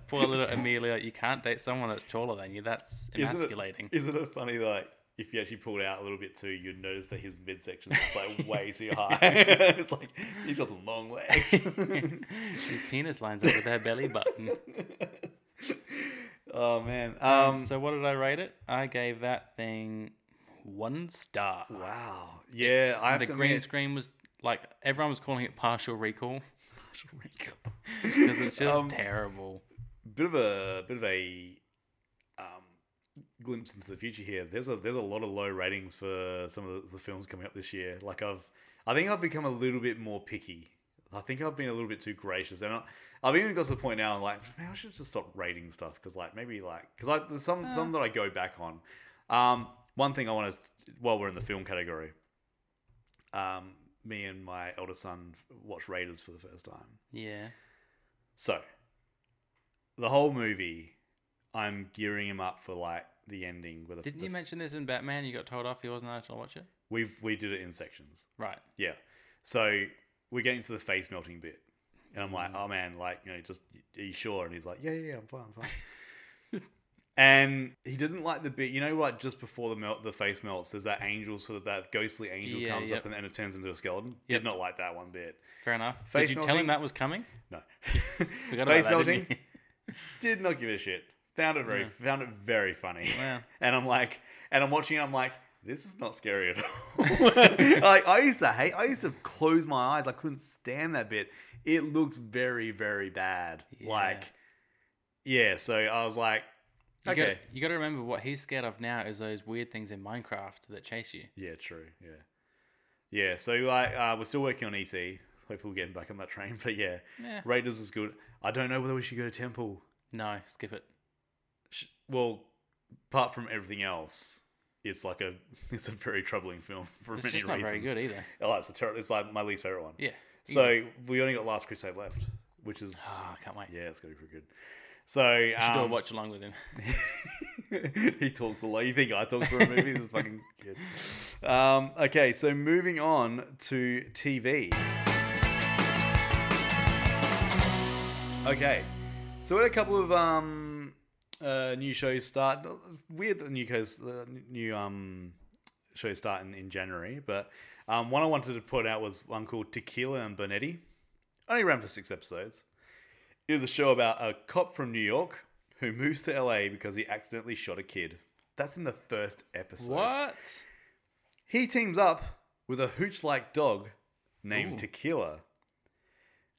Poor little Amelia, you can't date someone that's taller than you. That's emasculating. Isn't it, isn't it funny, like, if you actually pulled out a little bit too, you'd notice that his midsection is like way too high. it's like, he's got some long legs. His penis lines up with her belly button. oh, Um, man. Um, Um, So what did I rate it? I gave that thing one star. Wow. Yeah, I have the to green admit- screen was like everyone was calling it partial recall because because it's just terrible. bit of a bit of a um, glimpse into the future here. There's a there's a lot of low ratings for some of the, the films coming up this year. Like I've I think I've become a little bit more picky. I think I've been a little bit too gracious, and I, I've even got to the point now. I'm like, maybe I should just stop rating stuff because, like, maybe like because I there's some some that I go back on. Um, one thing I want to while we're in the film category, um, me and my elder son watched Raiders for the first time. Yeah. So, the whole movie, I'm gearing him up for like the ending. With a, Didn't the, you mention this in Batman? You got told off you wasn't allowed to watch it. we've we did it in sections. Right. Yeah. So we're getting to the face melting bit, and I'm like, oh man, like you know, just are you sure? And he's like, yeah, yeah, yeah I'm fine, I'm fine. and he didn't like the bit, you know, like just before the melt, the face melts, there's that angel, sort of that ghostly angel Yeah, comes yep. up and then it turns into a skeleton. Yep. Did not like that one bit. Fair enough. Face Did you tell melting? him that was coming? No. face Forgot about that, melting. didn't you? did not give a shit. Found it very found it very funny. Wow. and I'm like, and I'm watching. it, I'm like, this is not scary at all. like I used to hate. I used to close my eyes. I couldn't stand that bit. It looks very very bad. Yeah. Like, yeah. So I was like, You okay. Gotta, you got to remember what he's scared of now is those weird things in Minecraft that chase you. Yeah. True. Yeah. Yeah. So like, uh, we're still working on ET. Hopefully, we're getting back on that train. But yeah, Yeah. Raiders is good. I don't know whether we should go to Temple. No, skip it. sh- well, apart from everything else, it's like a it's a very troubling film for It's many just not reasons. very good either. Oh, it's a ter- It's like my least favorite one. Yeah. easy. So we only got Last Crusade left, which is Ah, I can't wait. yeah, it's gonna be pretty good. So You should all um, watch along with him. he talks a lot. You think I talk for a movie? this is fucking kid. Um, okay, so moving on to TV. Okay, so we had a couple of um, uh, new shows start. Weird that new shows, uh, new um, shows start in, in January, but um, one I wanted to put out was one called Tequila and Bonetti. Only ran for six episodes. It was a show about a cop from New York who moves to LA because he accidentally shot a kid. That's in the first episode. What? He teams up with a hooch like dog named Ooh. Tequila,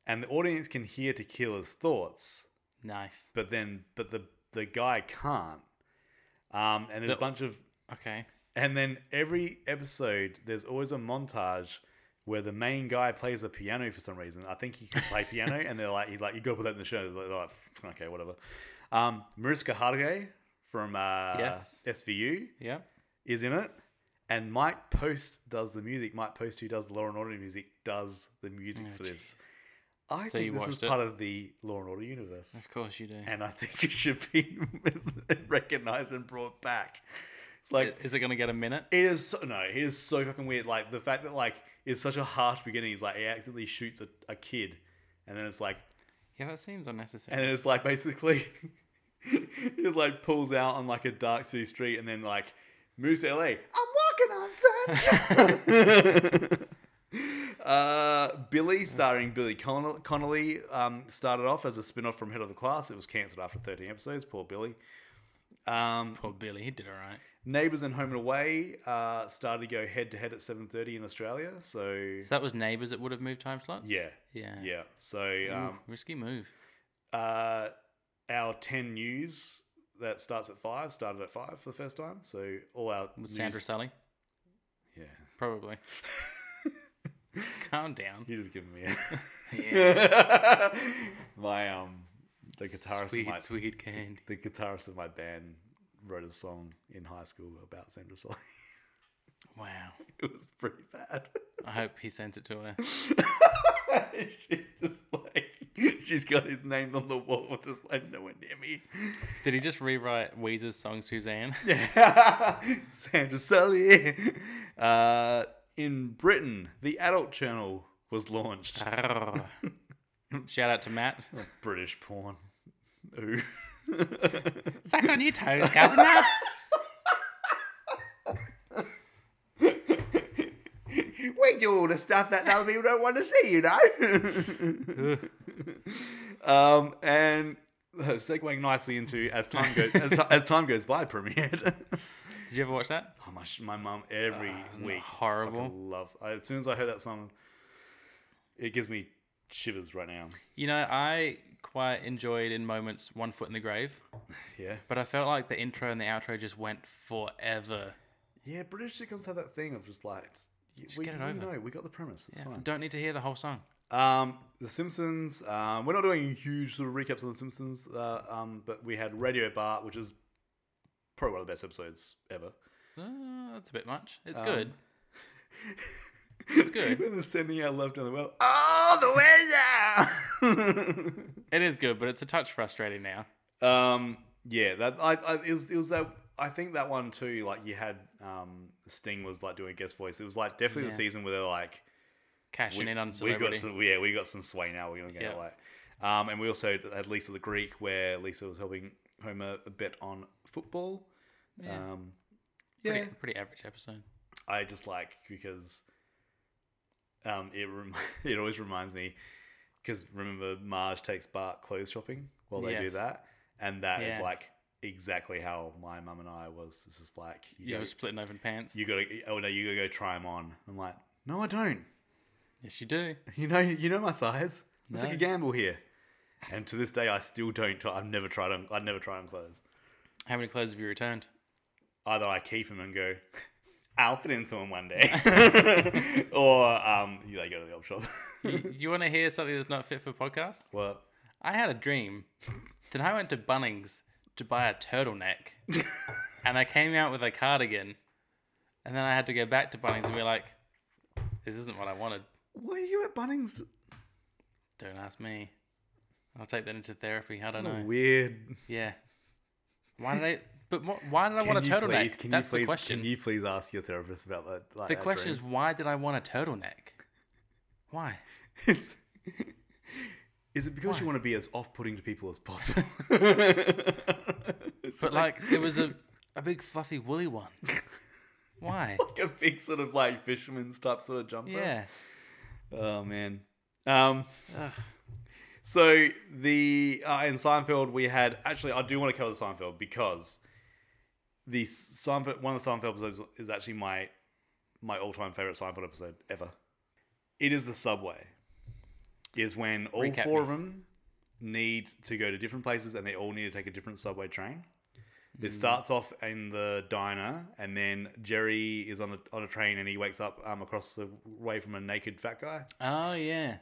and the audience can hear Tequila's thoughts, Nice. but then but the the guy can't. Um, and there's a The- bunch of Okay. and then every episode, there's always a montage where the main guy plays a piano for some reason. I think he can play piano, and they're like, he's like, you got to put that in the show. They're like, "Pff, okay, whatever. Um, Mariska Hargitay from uh, Yes. SVU Yep. is in it, and Mike Post does the music. Mike Post, who does the Law and Order music, does the music Oh, for this. I So think you this is watched it? part of the Law and Order universe Of course you do. and I think it should be recognized and brought back. It's like Is it going to get a minute? it is so, no, it is so fucking weird. Like the fact that like it's such a harsh beginning. He's like he accidentally shoots a, a kid, and then it's like Yeah, that seems unnecessary. and then it's like basically it like pulls out on like a dark city street, and then like moves to LA. I'm walking on sunshine. Uh, Billy, starring Billy Conno- Connolly, um, started off as a spin off from Head of the Class. It was cancelled after 13 episodes. Poor Billy. Um, Poor Billy, he did all right. Neighbours and Home and Away uh, started to go head to head at seven thirty in Australia. So So that was Neighbours that would have moved time slots? Yeah. Yeah. yeah, so Ooh, um, risky move. uh, our ten news that starts at five started at five for the first time. So all our With news- Sandra Sully? yeah, Probably. Calm down. you just giving me a Yeah. my um the guitarist of sweet, my sweet candy. the guitarist of my band wrote a song in high school about Sandra Sully. Wow. It was pretty bad. I hope he sent it to her. she's just like she's got his name on the wall, just like no one near me. Did he just rewrite Weezer's song Suzanne? Yeah, Sandra Sully. Uh, in Britain, the Adult Channel was launched. Oh, Arrgh. Shout out to Matt. British porn. Ooh. Suck on your toes, governor. we do all the stuff that other people don't want to see, you know. um, and uh, segueing nicely into as time goes as, ti- as time goes by, premiered. Did you ever watch that? Oh, my, sh- my mum every Ah, isn't that week. horrible? fucking Love. I, as soon as I heard that song, it gives me shivers right now. You know, I quite enjoyed in moments One Foot in the Grave, Yeah. but I felt like the intro and the outro just went forever. Yeah. British sitcoms have that thing of just like, just, y- we, get it we over. know we got the premise. It's Yeah, I fine. don't need to hear the whole song. Um, the Simpsons. Um, we're not doing huge sort of recaps on The Simpsons, uh, um, but we had Radio Bart, which is probably one of the best episodes ever. Uh, that's a bit much. It's Um, good. It's good. when they're sending out love down the well. Oh, the weather! It is good, but it's a touch frustrating now. Um, yeah, that I, I it was, it was that I think that one too. Like you had um, Sting was like doing a guest voice. It was like definitely the Yeah. season where they're like, Cashing in on we celebrity. got some, yeah, we got some sway now. We're gonna get Yeah. it like. Um, and we also had Lisa the Greek, where Lisa was helping Homer bet on football. Yeah. Um, yeah, pretty, pretty average episode. I just like because um, it rem- it always reminds me because remember Marge takes Bart clothes shopping while they do Yes. that, and that is Yes. like exactly how my mum and I was. It's just like you Yeah, go, we're splitting open pants. you gotta oh no you gotta go try them on. I'm like no I don't. yes, you do. You know you know my size. Let's take a No. gamble here. And to this day I still don't. I've never tried on. I've never tried on clothes. How many clothes have you returned? either I keep them and go, I'll fit into them one day, or um, you, they go to the op shop. you you want to hear something that's not fit for podcast? well, I had a dream that I went to Bunnings to buy a turtleneck, and I came out with a cardigan, and then I had to go back to Bunnings and be like, "This isn't what I wanted." were you at Bunnings? Don't ask me. I'll take that into therapy. I don't know. Weird. Yeah. Why did I? But what, why did I want a you turtleneck? please- can That's you please, the question. Can you please ask your therapist about that? Like, the that question dream? is, why did I want a turtleneck? Why? It's- is it because Why? you want to be as off-putting to people as possible? It's But like, it was a a big fluffy woolly one. Why? like a big sort of like fisherman's type sort of jumper. Yeah. Oh man. Um. Ugh. So the uh, in Seinfeld we had actually I do want to cover Seinfeld because the Seinfeld one of the Seinfeld episodes is actually my my all time favorite Seinfeld episode ever. It is the subway. Is when all Recap four me. of them need to go to different places and they all need to take a different subway train. Mm. It starts off in the diner, and then Jerry is on a, on a train, and he wakes up um, across the way from a naked fat guy. Oh yeah.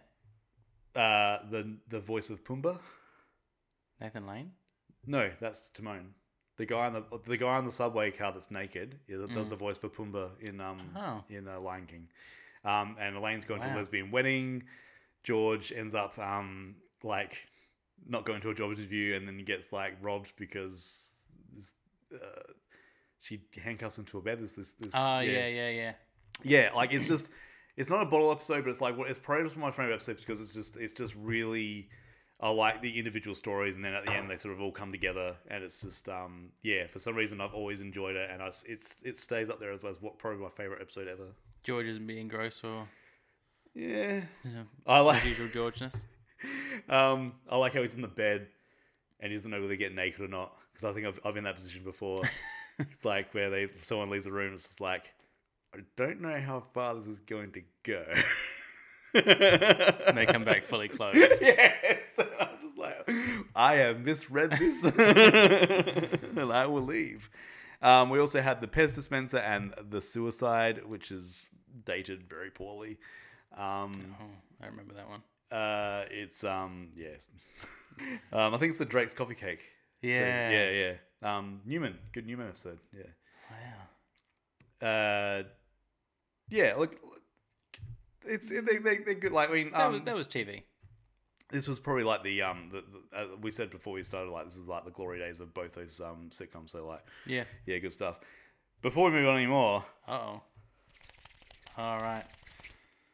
Uh, the the voice of Pumbaa. Nathan Lane. No, that's Timon. The guy on the the guy on the subway car that's naked is, does the voice for Pumbaa in um Mm. Oh. in uh, Lion King. Um, and Elaine's going to a Wow. lesbian wedding. George ends up um like not going to a job interview and then gets like robbed because this, uh, she handcuffs him to a bed. There's this this Oh yeah, yeah, yeah. yeah like it's just it's not a bottle episode but it's like well, it's probably just one of my favorite episodes because it's just it's just really i like the individual stories and then at the end they sort of all come together and it's just um yeah for some reason i've always enjoyed it and I s it's it stays up there as well as what probably my favorite episode ever George isn't being gross or yeah you know, i like usual Georgeness. um i like how he's in the bed and he doesn't know whether to get naked or not because i think I've, I've been in that position before it's like where they someone leaves the room it's just like i don't know how far this is going to go And they come back fully clothed. yes. I'm just like, I have misread this, and I will leave. Um, we also had the Pez dispenser and the suicide, which is dated very poorly. Um, Oh, I remember that one. uh, it's um, yes, um, I think it's the Drake's coffee cake. So, Yeah. yeah, yeah. Um, Newman, good Newman episode. Yeah Wow. uh, yeah, look, it's they they they're good. Like I mean, That, um, was, that was TV. this was probably like the um the, the, uh, we said before we started like this is like the glory days of both those um sitcoms. So like Yeah. yeah, good stuff. Before we move on anymore, Uh oh. All right.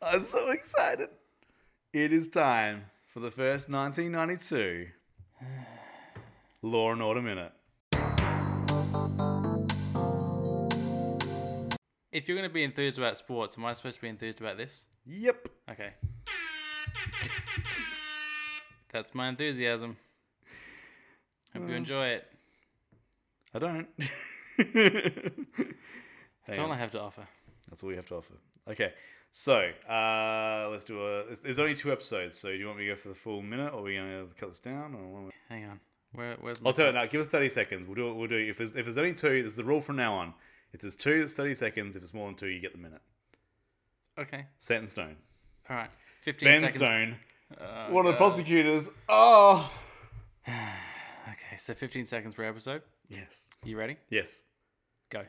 I'm so excited. It is time for the first 1992 Law and Order minute. If you're going to be enthused about sports, am I supposed to be enthused about this? Yep. Okay. That's my Mm. enthusiasm. Hope you enjoy it. I don't. That's all I have to offer. That's all we have to offer. Okay, so uh, let's do a. there's- There's only two episodes, so do you want me to go for the full minute, or are we gonna cut this down? Or what we- Hang on. Where, where's my I'll tell you now. notes? Give us thirty seconds. We'll do. it. We'll do. it. If there's if there's only two, this is the rule from now on. If there's two, it's thirty seconds. If it's more than two, you get the minute. Okay. Set in stone. All right. 15 Ben seconds. Stone, Uh, one of the prosecutors. Oh. Okay, so 15 seconds per episode. Yes. You ready? Yes. Go.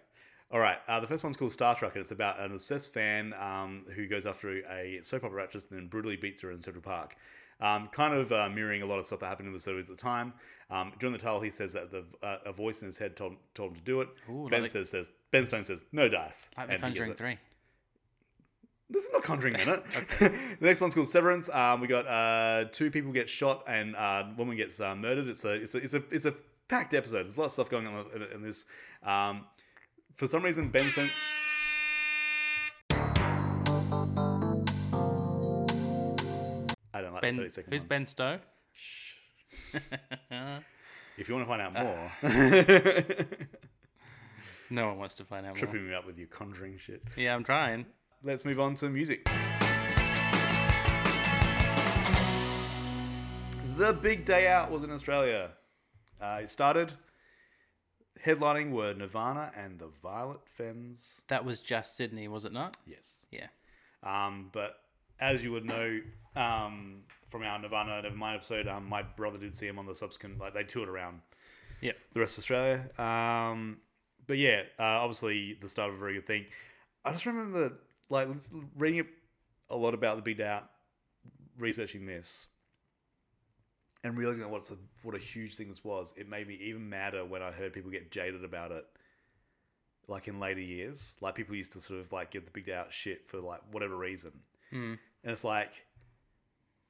All right. Uh, the first one's called Star Trek, and it's about an obsessed fan um, who goes after a soap opera actress and then brutally beats her in Central Park. Um, kind of uh, mirroring a lot of stuff that happened in the series at the time. Um, during the title, he says that the, uh, a voice in his head told, told him to do it. Ooh, ben like- says, says Ben Stone says no dice. Like and The he gets Conjuring it. 3. This is not Conjuring Minute. the next one's called Severance. Um, we got uh, two people get shot and uh, a woman gets uh, murdered. It's a it's a it's a it's a packed episode. There's a lot of stuff going on in, in this. Um, for some reason, Ben Stone. I don't like the Ben, 30 second who's one. Ben Stowe? If you want to find out Uh. more, No one wants to find out more. tripping me up with your conjuring shit. Yeah, I'm trying. Let's move on to music. The Big Day Out was in Australia. Uh, it started. Headlining were Nirvana and the Violet Femmes. That was just Sydney, was it not? Yes. Yeah. Um, but as you would know um, from our Nirvana Nevermind episode, um, my brother did see him on the subsequent. Like they toured around Yep. the rest of Australia. Um, but yeah, uh, obviously the start of a very good thing. I just remember like reading it a lot about the Big Day Out, researching this, and realizing that what's a, what a huge thing this was. It made me even madder when I heard people get jaded about it. Like in later years, like people used to sort of like give the Big Day Out shit for like whatever reason, Mm. and it's like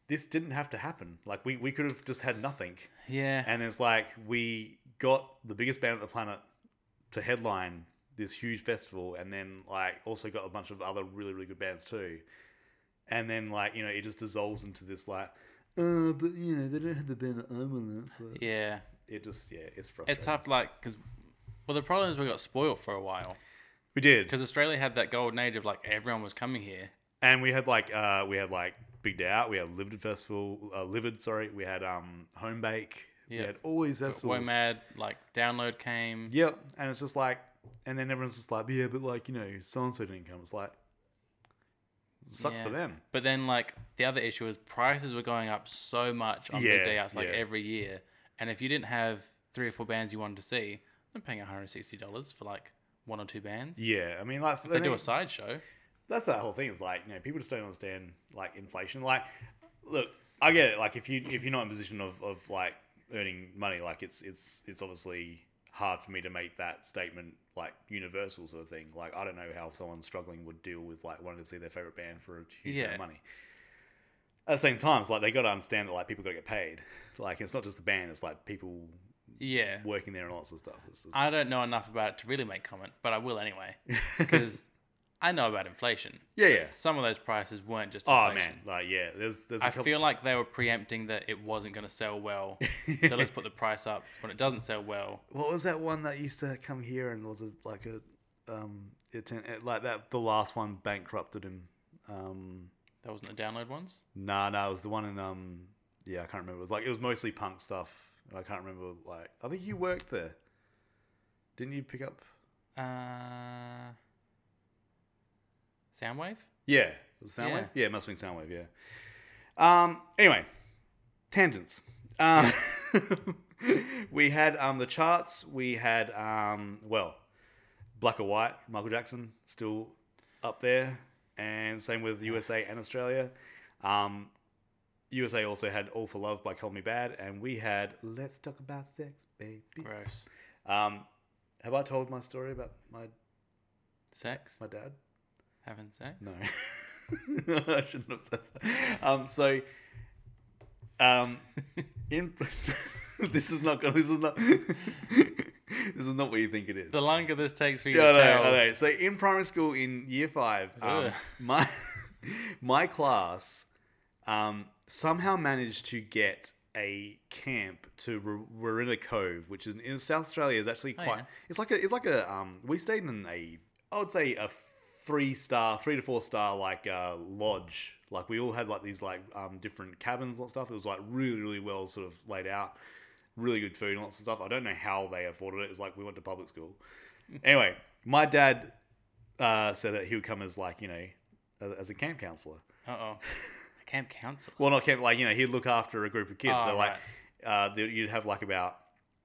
this didn't have to happen. Like we we could have just had nothing. Yeah. And it's like we got the biggest band on the planet to headline this huge festival, and then like also got a bunch of other really really good bands too. And then like you know it just dissolves into this like, uh, but you know they don't have the band that I want. So Yeah. it just yeah it's frustrating. It's tough, like, because, well, the problem is we got spoiled for a while. we did, Because Australia had that golden age of, like, everyone was coming here. and we had like uh we had like Big Day Out, we had Livid Festival, uh, Livid sorry, we had um Home Bake, Yeah. we had all these festivals. WOMAD, like, download came. Yep. And it's just like, and then everyone's just like, yeah, but like, you know, so and so didn't come. It's like, sucks for Yeah. them. But then, like, the other issue is prices were going up so much on Yeah, big day outs, like yeah. every year. And if you didn't have three or four bands you wanted to see, I'm paying $160 for like one or two bands. Yeah. I mean, that's, If they do a sideshow. that's that whole thing. It's like, you know, people just don't understand like inflation. Like, look, I get it. Like, if you, if you're not in a position of, of like earning money, like it's, it's, it's obviously hard for me to make that statement like universal sort of thing. Like, I don't know how someone struggling would deal with like wanting to see their favorite band for a huge amount Yeah. of money. at the same time, it's like they got to understand that like people got to get paid. Like it's not just the band; it's like people Yeah. working there and lots of stuff. It's just, I don't know enough about it to really make comment, but I will anyway. Because I know about inflation. yeah, yeah. Some of those prices weren't just Oh inflation. man, like yeah. There's there's a I couple. feel like they were preempting that it wasn't going to sell well. so let's put the price up when it doesn't sell well. what was that one that used to come here and was a, like a um it, turned- it like that the last one bankrupted him. Um, That wasn't the download ones. nah, nah, it was the one in um yeah I can't remember. It was like it was mostly punk stuff. I can't remember like I think you worked there. Didn't you pick up? Uh, Soundwave? Yeah. Was it Soundwave? Yeah. Yeah. it must have been Soundwave, yeah. Um, anyway, tangents. Um, we had um, the charts. We had, um, well, Black or White, Michael Jackson, still up there. And same with USA and Australia. Um, USA also had All for Love by Call Me Bad. And we had Let's Talk About Sex, Baby. Gross. Um, have I told my story about my, Sex? my dad? Having sex? No, I shouldn't have said that. Um, so, um, in this is not gonna. This is not. this is not what you think it is. The longer this takes for you Yeah, I to know, tell, I know. So in primary school in year five, um, Ugh. my my class um, somehow managed to get a camp to R- Warina Cove, which is in South Australia. is actually Oh, quite. yeah. It's like a. It's like a. Um, we stayed in a. I would say a three star, three to four star like uh, lodge. Like we all had like these like um, different cabins and stuff. It was like really really well sort of laid out. Really good food and lots of stuff. I don't know how they afforded it. It's like we went to public school. anyway, my dad uh, said that he would come as like you know as, as a camp counselor. Uh oh. Camp counselor. Well, not camp, like you know, he'd look after a group of kids. Oh, so like, uh, there- you'd have like about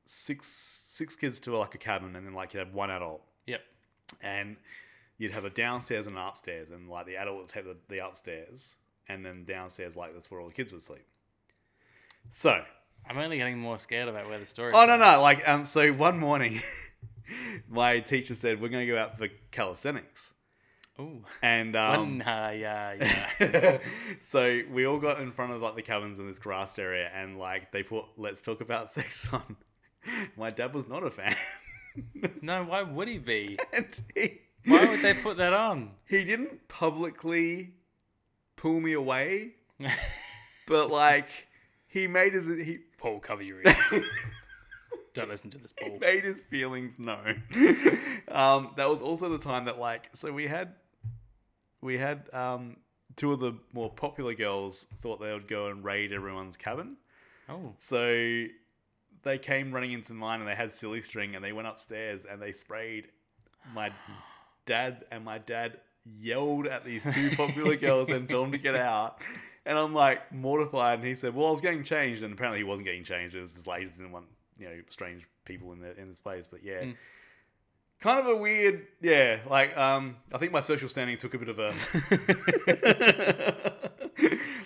six six kids to like a cabin, and then like you'd have one adult, Yep. and you'd have a downstairs and an upstairs, and like the adult would take the, the upstairs, and then downstairs like that's where all the kids would sleep. So I'm only getting more scared about where the story. Oh no no! Like um, so one morning, my teacher said we're going to go out for calisthenics, Ooh. and um, One, uh, yeah, yeah. so we all got in front of like the cabins in this grassed area and like they put let's talk about sex on my dad was not a fan no, why would he be? and he, Why would they put that on? he didn't publicly pull me away but like he made his he Paul, cover your ears. Don't listen to this, Paul. made his feelings known um that was also the time that like so we had we had um two of the more popular girls thought they would go and raid everyone's cabin Oh, So they came running into mine and they had silly string and they went upstairs and they sprayed my dad and my dad yelled at these two popular girls and told them to get out. And I'm like mortified and he said, Well, I was getting changed and apparently he wasn't getting changed. It was just like he just didn't want, you know, strange people in the in this place. But yeah. Mm. Kind of a weird yeah, like um I think my social standing took a bit of a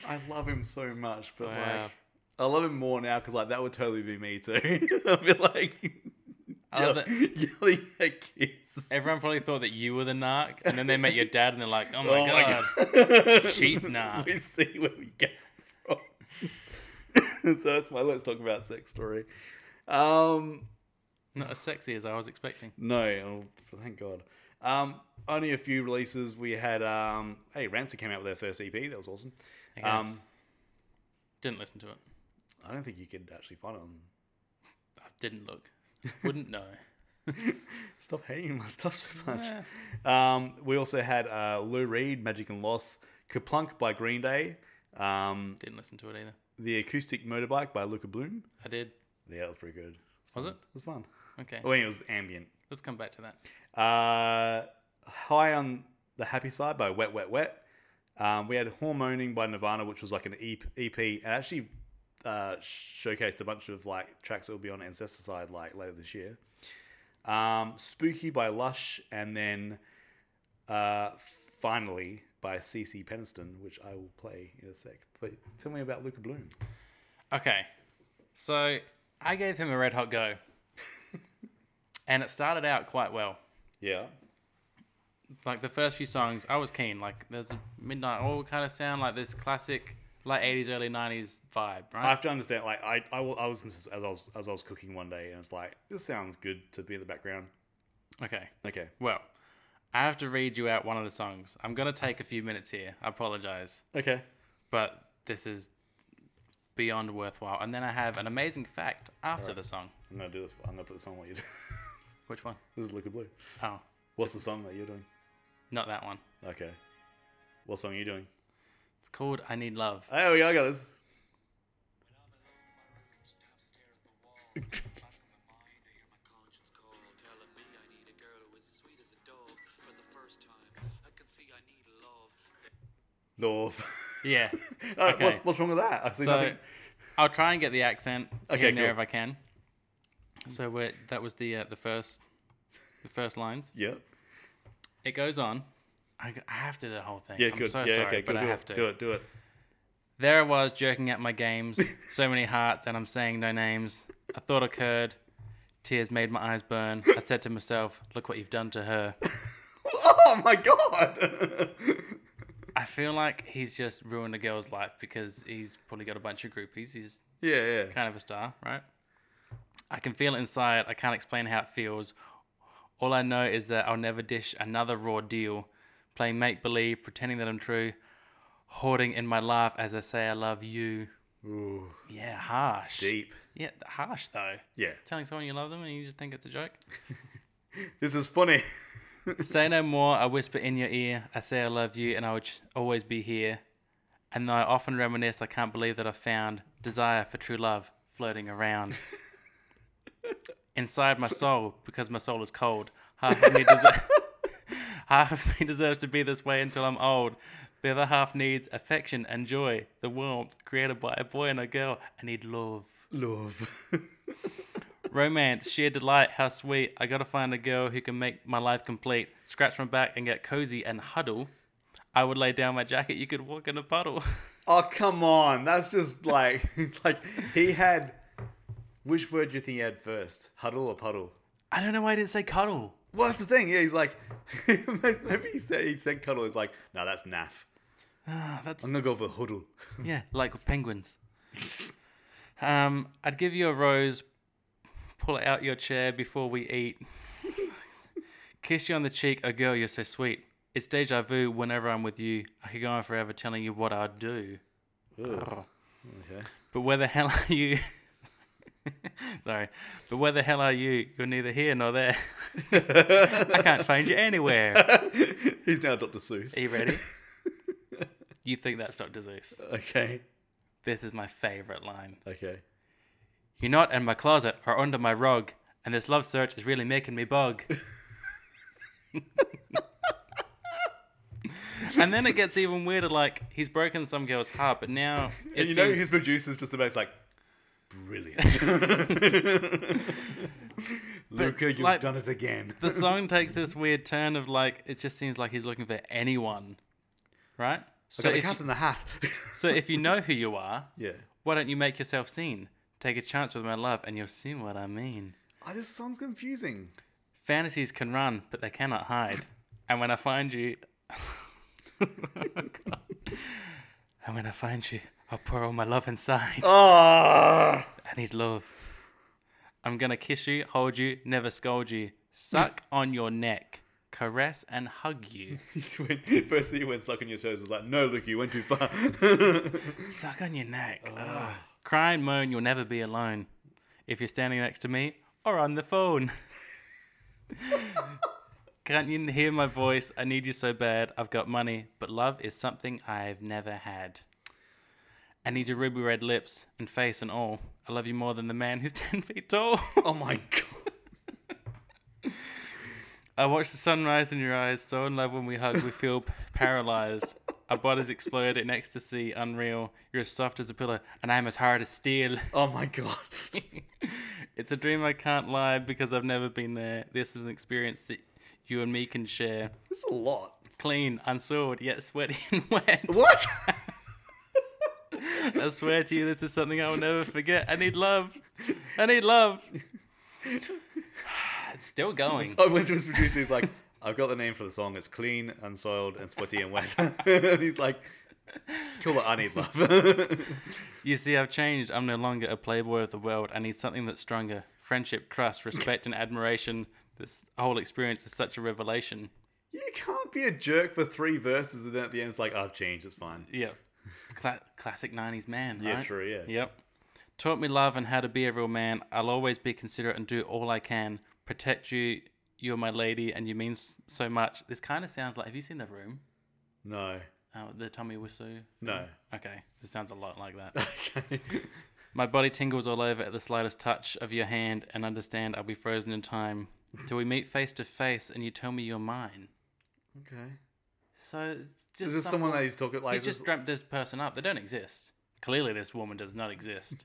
I love him so much, but Wow. like I love him more now because like that would totally be me too. I feel like I love that- yelling at kids. everyone probably thought that you were the narc, and then they met your dad, and they're like, "Oh my Oh my god, God. Chief Narc. We see where we go from. so that's my let's talk about sex story. Um, not as sexy as I was expecting." no, oh, thank God. Um, only a few releases. We had um, hey, Ramsey came out with their first EP. That was awesome. I guess. Um, didn't listen to it. I don't think you could actually find it on I didn't look. Wouldn't know. Stop hating my stuff so much. Yeah. Um, we also had uh, Lou Reed, Magic and Loss, Kaplunk by Green Day, um, Didn't listen to it either. The Acoustic Motorbike by Luca Bloom. I did. Yeah, that was pretty good. It's Was fun. it? It was fun. Okay, I mean, it was ambient. let's come back to that. Uh, High on the Happy Side by Wet Wet Wet. Um, we had Hormoning by Nirvana, which was like an E EP, EP and actually uh, showcased a bunch of like tracks that will be on Ancesticide like later this year. Um, Spooky by Lush, and then uh, finally by CC Peniston, which I will play in a sec. But tell me about Luca Bloom. Okay, so I gave him a red hot go, and it started out quite well. Yeah. like the first few songs i was keen like there's a midnight all kind of sound like this classic like 80s early 90s vibe I right have to understand. Like I, I, will- I listened to this as I was as I was cooking one day, and it's like this sounds good to be in the background. okay Okay. well i have to read you out one of the songs i'm going to take a few minutes here i apologize Okay. but this is beyond worthwhile and then i have an amazing fact after the song I'm gonna do this. I'm gonna put this on what you do. which one? this is Luca Blue. Oh, What's the song that you're doing? not that one Okay. What song are you doing? it's called i need love Oh, yeah, I got this. Love. yeah Uh, Okay. what's, what's wrong with that? I see So nothing. I'll try and get the accent Okay, in there cool. if I can. So we're, that was the uh, the first the first lines. Yeah. It goes on. I, g- I have to do the whole thing. Yeah, I'm good. so yeah, sorry, okay, but cool. I do have it. to. Do it, do it. There I was jerking at my games, so many hearts, and I'm saying no names. A thought occurred. Tears made my eyes burn. I said to myself, "Look what you've done to her." Oh my god! I feel like he's just ruined a girl's life because he's probably got a bunch of groupies. He's yeah, yeah. kind of a star, right? I can feel it inside. I can't explain how it feels. All I know is that I'll never dish another raw deal, playing make believe, pretending that I'm true, hoarding in my laugh as I say I love you. Ooh, Yeah, harsh. deep. Yeah, harsh though. Yeah, Telling someone you love them and you just think it's a joke. this is funny. say no more. I whisper in your ear. I say I love you, and I will ch- always be here. And though I often reminisce, I can't believe that I found desire for true love floating around inside my soul because my soul is cold. Half of me deserves. Half of me deserves to be this way until I'm old. The other half needs affection and joy, the warmth created by a boy and a girl. I need love. Love. Romance, sheer delight, how sweet. I gotta find a girl who can make my life complete. Scratch my back and get cozy and huddle. I would lay down my jacket, you could walk in a puddle. oh come on, that's just like it's like he had. Which word do you think he had first? Huddle or puddle? I don't know why I didn't say cuddle. Well, that's the thing. Yeah, he's like, maybe he said he said cuddle. It's like, no, that's naff. Ah, that's I'm gonna go for huddle. yeah, like with penguins. Um, I'd give you a rose, pull it out your chair before we eat. Kiss you on the cheek, oh girl, you're so sweet. It's deja vu whenever I'm with you. I could go on forever telling you what I'd do. Ugh. Okay. But where the hell are you? Sorry. But where the hell are you? You're neither here nor there. I can't find you anywhere. He's now Dr. Seuss. Are you ready? You think that's Dr. Zeus. Okay. This is my favorite line. Okay. You're not in my closet or under my rug, and this love search is really making me bug. and then it gets even weirder like, he's broken some girl's heart, but now. And it's you know in- his producer's just the best like brilliant. Luca, you've like- done it again. the song takes this weird turn of like it just seems like he's looking for anyone, right? So Got the if, cat in the hat. so if you know who you are, yeah. why don't you make yourself seen? Take a chance with my love, and you'll see what I mean. Oh, this song's confusing. Fantasies can run, but they cannot hide. And when I find you, and when I find you, I'll pour all my love inside. Oh. Ah. I need love. I'm gonna kiss you, hold you, never scold you, suck on your neck, caress and hug you. First thing you went sucking your toes was like, no, Luca, you went too far. Suck on your neck. Ugh. Cry and moan, you'll never be alone. If you're standing next to me or on the phone. Can't you hear my voice? I need you so bad. I've got money, but love is something I've never had. I need your ruby red lips and face and all. I love you more than the man who's 10 feet tall. oh my god. I watch the sunrise in your eyes, so in love when we hug, we feel p- paralyzed. Our bodies explode in ecstasy, unreal. You're as soft as a pillow, and I'm as hard as steel. Oh my god. It's a dream I can't lie because I've never been there. This is an experience that you and me can share. This is a lot. Clean, unsoiled, yet sweaty and wet. What? I swear to you, this is something I will never forget. I need love. I need love. It's still going. I went to his producer. He's like, I've got the name for the song. It's clean, unsoiled, and sweaty and wet. and he's like, cool it. I need love. You see, I've changed. I'm no longer a playboy of the world. I need something that's stronger. Friendship, trust, respect, and admiration. This whole experience is such a revelation. you can't be a jerk for three verses and then at the end it's like, I've changed. It's fine. Yeah. Cla- classic 90s man, Yeah, right? true. Yeah. Yep. Taught me love and how to be a real man. I'll always be considerate and do all I can. Protect you. You're my lady and you mean s- so much. This kind of sounds like. Have you seen The Room? No. Uh, the Tommy Wiseau. No. Okay. This sounds a lot like that. Okay. my body tingles all over at the slightest touch of your hand and understand I'll be frozen in time. Till we meet face to face and you tell me you're mine. Okay. So it's just. Is this someone someone- that he's talking like? He's just dreamt this person up. They don't exist. Clearly, this woman does not exist.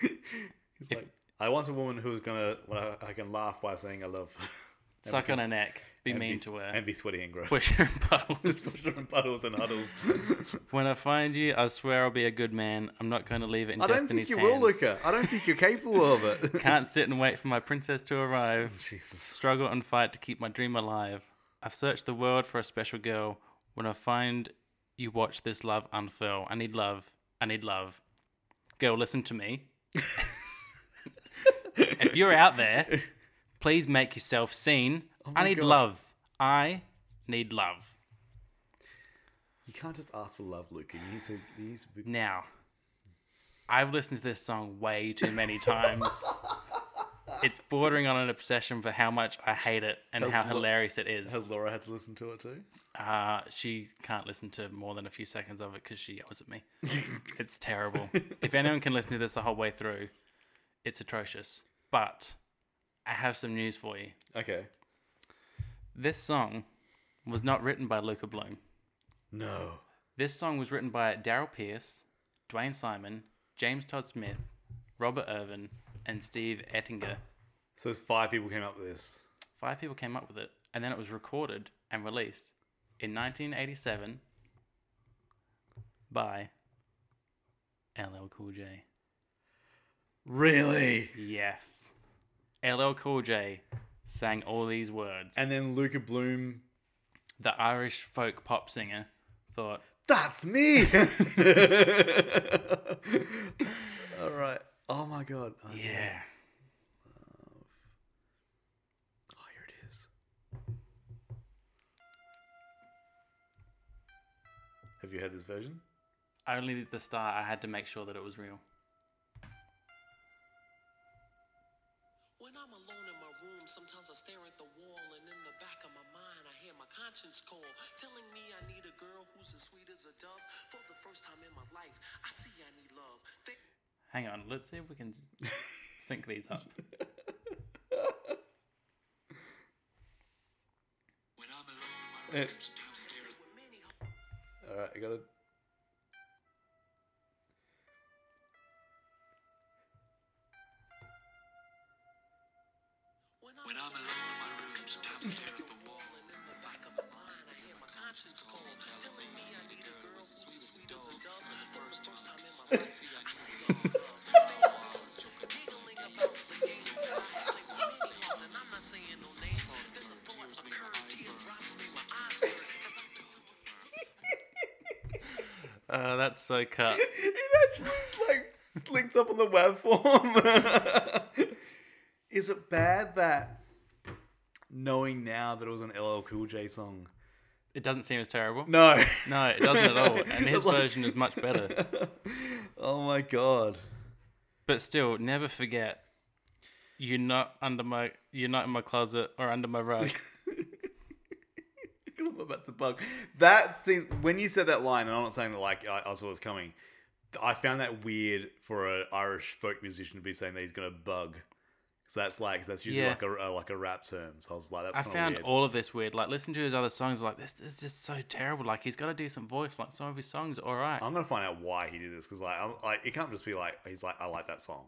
he's like, I want a woman who's gonna. Well, I, I can laugh by saying I love. her. Suck on her neck. Be And mean be- to her. And be sweaty and gross. Push her in puddles. Puddles and huddles. when I find you, I swear I'll be a good man. I'm not going to leave it in I don't destiny's think you hands. will, Luca. I don't think you're capable of it. Can't sit and wait for my princess to arrive. Jesus. Struggle and fight to keep my dream alive. I've searched the world for a special girl. When I find you, watch this love unfurl. I need love. I need love. Girl, listen to me. if you're out there, please make yourself seen. I need Oh God. love. I need love. You can't just ask for love, Luca. You need to. You need to be Now, I've listened to this song way too many times. it's bordering on an obsession for how much I hate it and Has how lo- hilarious it is. Has Laura had to listen to it too? Uh, she can't listen to more than a few seconds of it because she yells at me. it's terrible. If anyone can listen to this the whole way through, it's atrocious. But I have some news for you. Okay. This song was not written by Luca Bloom. No. This song was written by Daryl Pierce, Dwayne Simon, James Todd Smith, Robert Irvin, and Steve Ettinger. So there's five people came up with this. Five people came up with it, and then it was recorded and released in 1987 by LL Cool J. Really? Yes. LL Cool J sang all these words. And then Luca Bloom. the Irish folk pop singer thought, That's me. All right. Oh my god. Oh, yeah, Oh, here it is. Have you heard this version? only the star, I had to make sure that it was real. When I'm alone in my room, sometimes I stare at the wall, and in the back of my mind, I hear my conscience call, telling me I need a girl who's as sweet as a dove. For the first time in my life, I see I need love. Think- Hang on, let's see if we can sync these up. when I'm alone in my room, It, sometimes I stare at many all right. I got it. When I'm, alone in my room, sometimes I stare at the wall, and in the back of my mind, I hear my conscience call, telling me I need a girl who's as sweet as a dove. For the first time in my life, I see a love. Giggling about the games that I had played with many hearts, and I'm not saying no names. Then the thought occurred, dear, robs me, my eyes burn, 'cause I said to myself. Uh, that's so cut. It actually like links up on the web form. Is it bad that knowing now that it was an LL Cool J song? It doesn't seem as terrible. No. No, it doesn't at all. And his It's like- version is much better. Oh my god. But still, never forget, you're not under my, you're not in my closet or under my rug. I'm about to bug. That thing when you said that line, and I'm not saying that like I, I saw it was coming. I found that weird for an Irish folk musician to be saying that he's gonna bug. So that's like that's usually Yeah. like a, a like a rap term. So I was like, that's I kind of found weird. all of this weird. Like, listen to his other songs. Like, this, this is just so terrible. Like, he's got to do some voice. Like, some of his songs are all right. I'm gonna find out why he did this because like I'm, like it can't just be like he's like I like that song.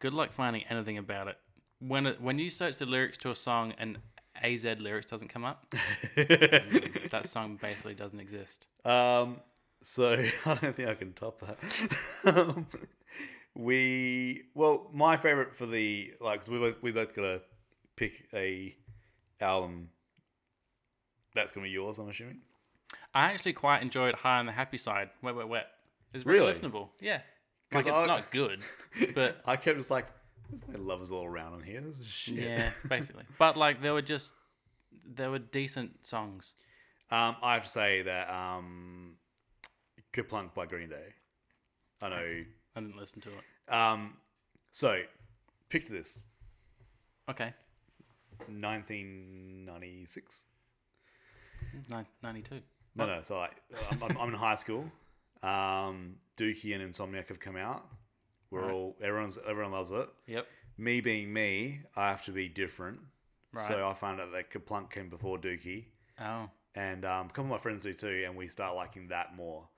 Good luck finding anything about it. When it, when you search the lyrics to a song and AZ lyrics doesn't come up, that song basically doesn't exist. um, so I don't think I can top that. um, we well, my favorite for the like 'cause we both we both gotta pick a album. That's gonna be yours, I'm assuming. I actually quite enjoyed High on the Happy Side. Wet, wet, wet. It's very Really? listenable. Yeah. Like 'Cause it's I- not good, but I kept just like there's no lovers all around on here. This is shit. yeah, basically. But like there were just there were decent songs. Um, I have to say that um, Kaplunk by Green Day. I know. I didn't listen to it. Um, so picture this. Okay. 1996. Nine, 92. No, no. So like, I'm, I'm- I'm in high school. Um, Dookie and Insomniac have come out. We're Right. all everyone's everyone loves it. Yep. Me being me, I have to be different. Right. So I found out that Kaplunk came before Dookie, Oh. and um, a couple of my friends do too, and we start liking that more.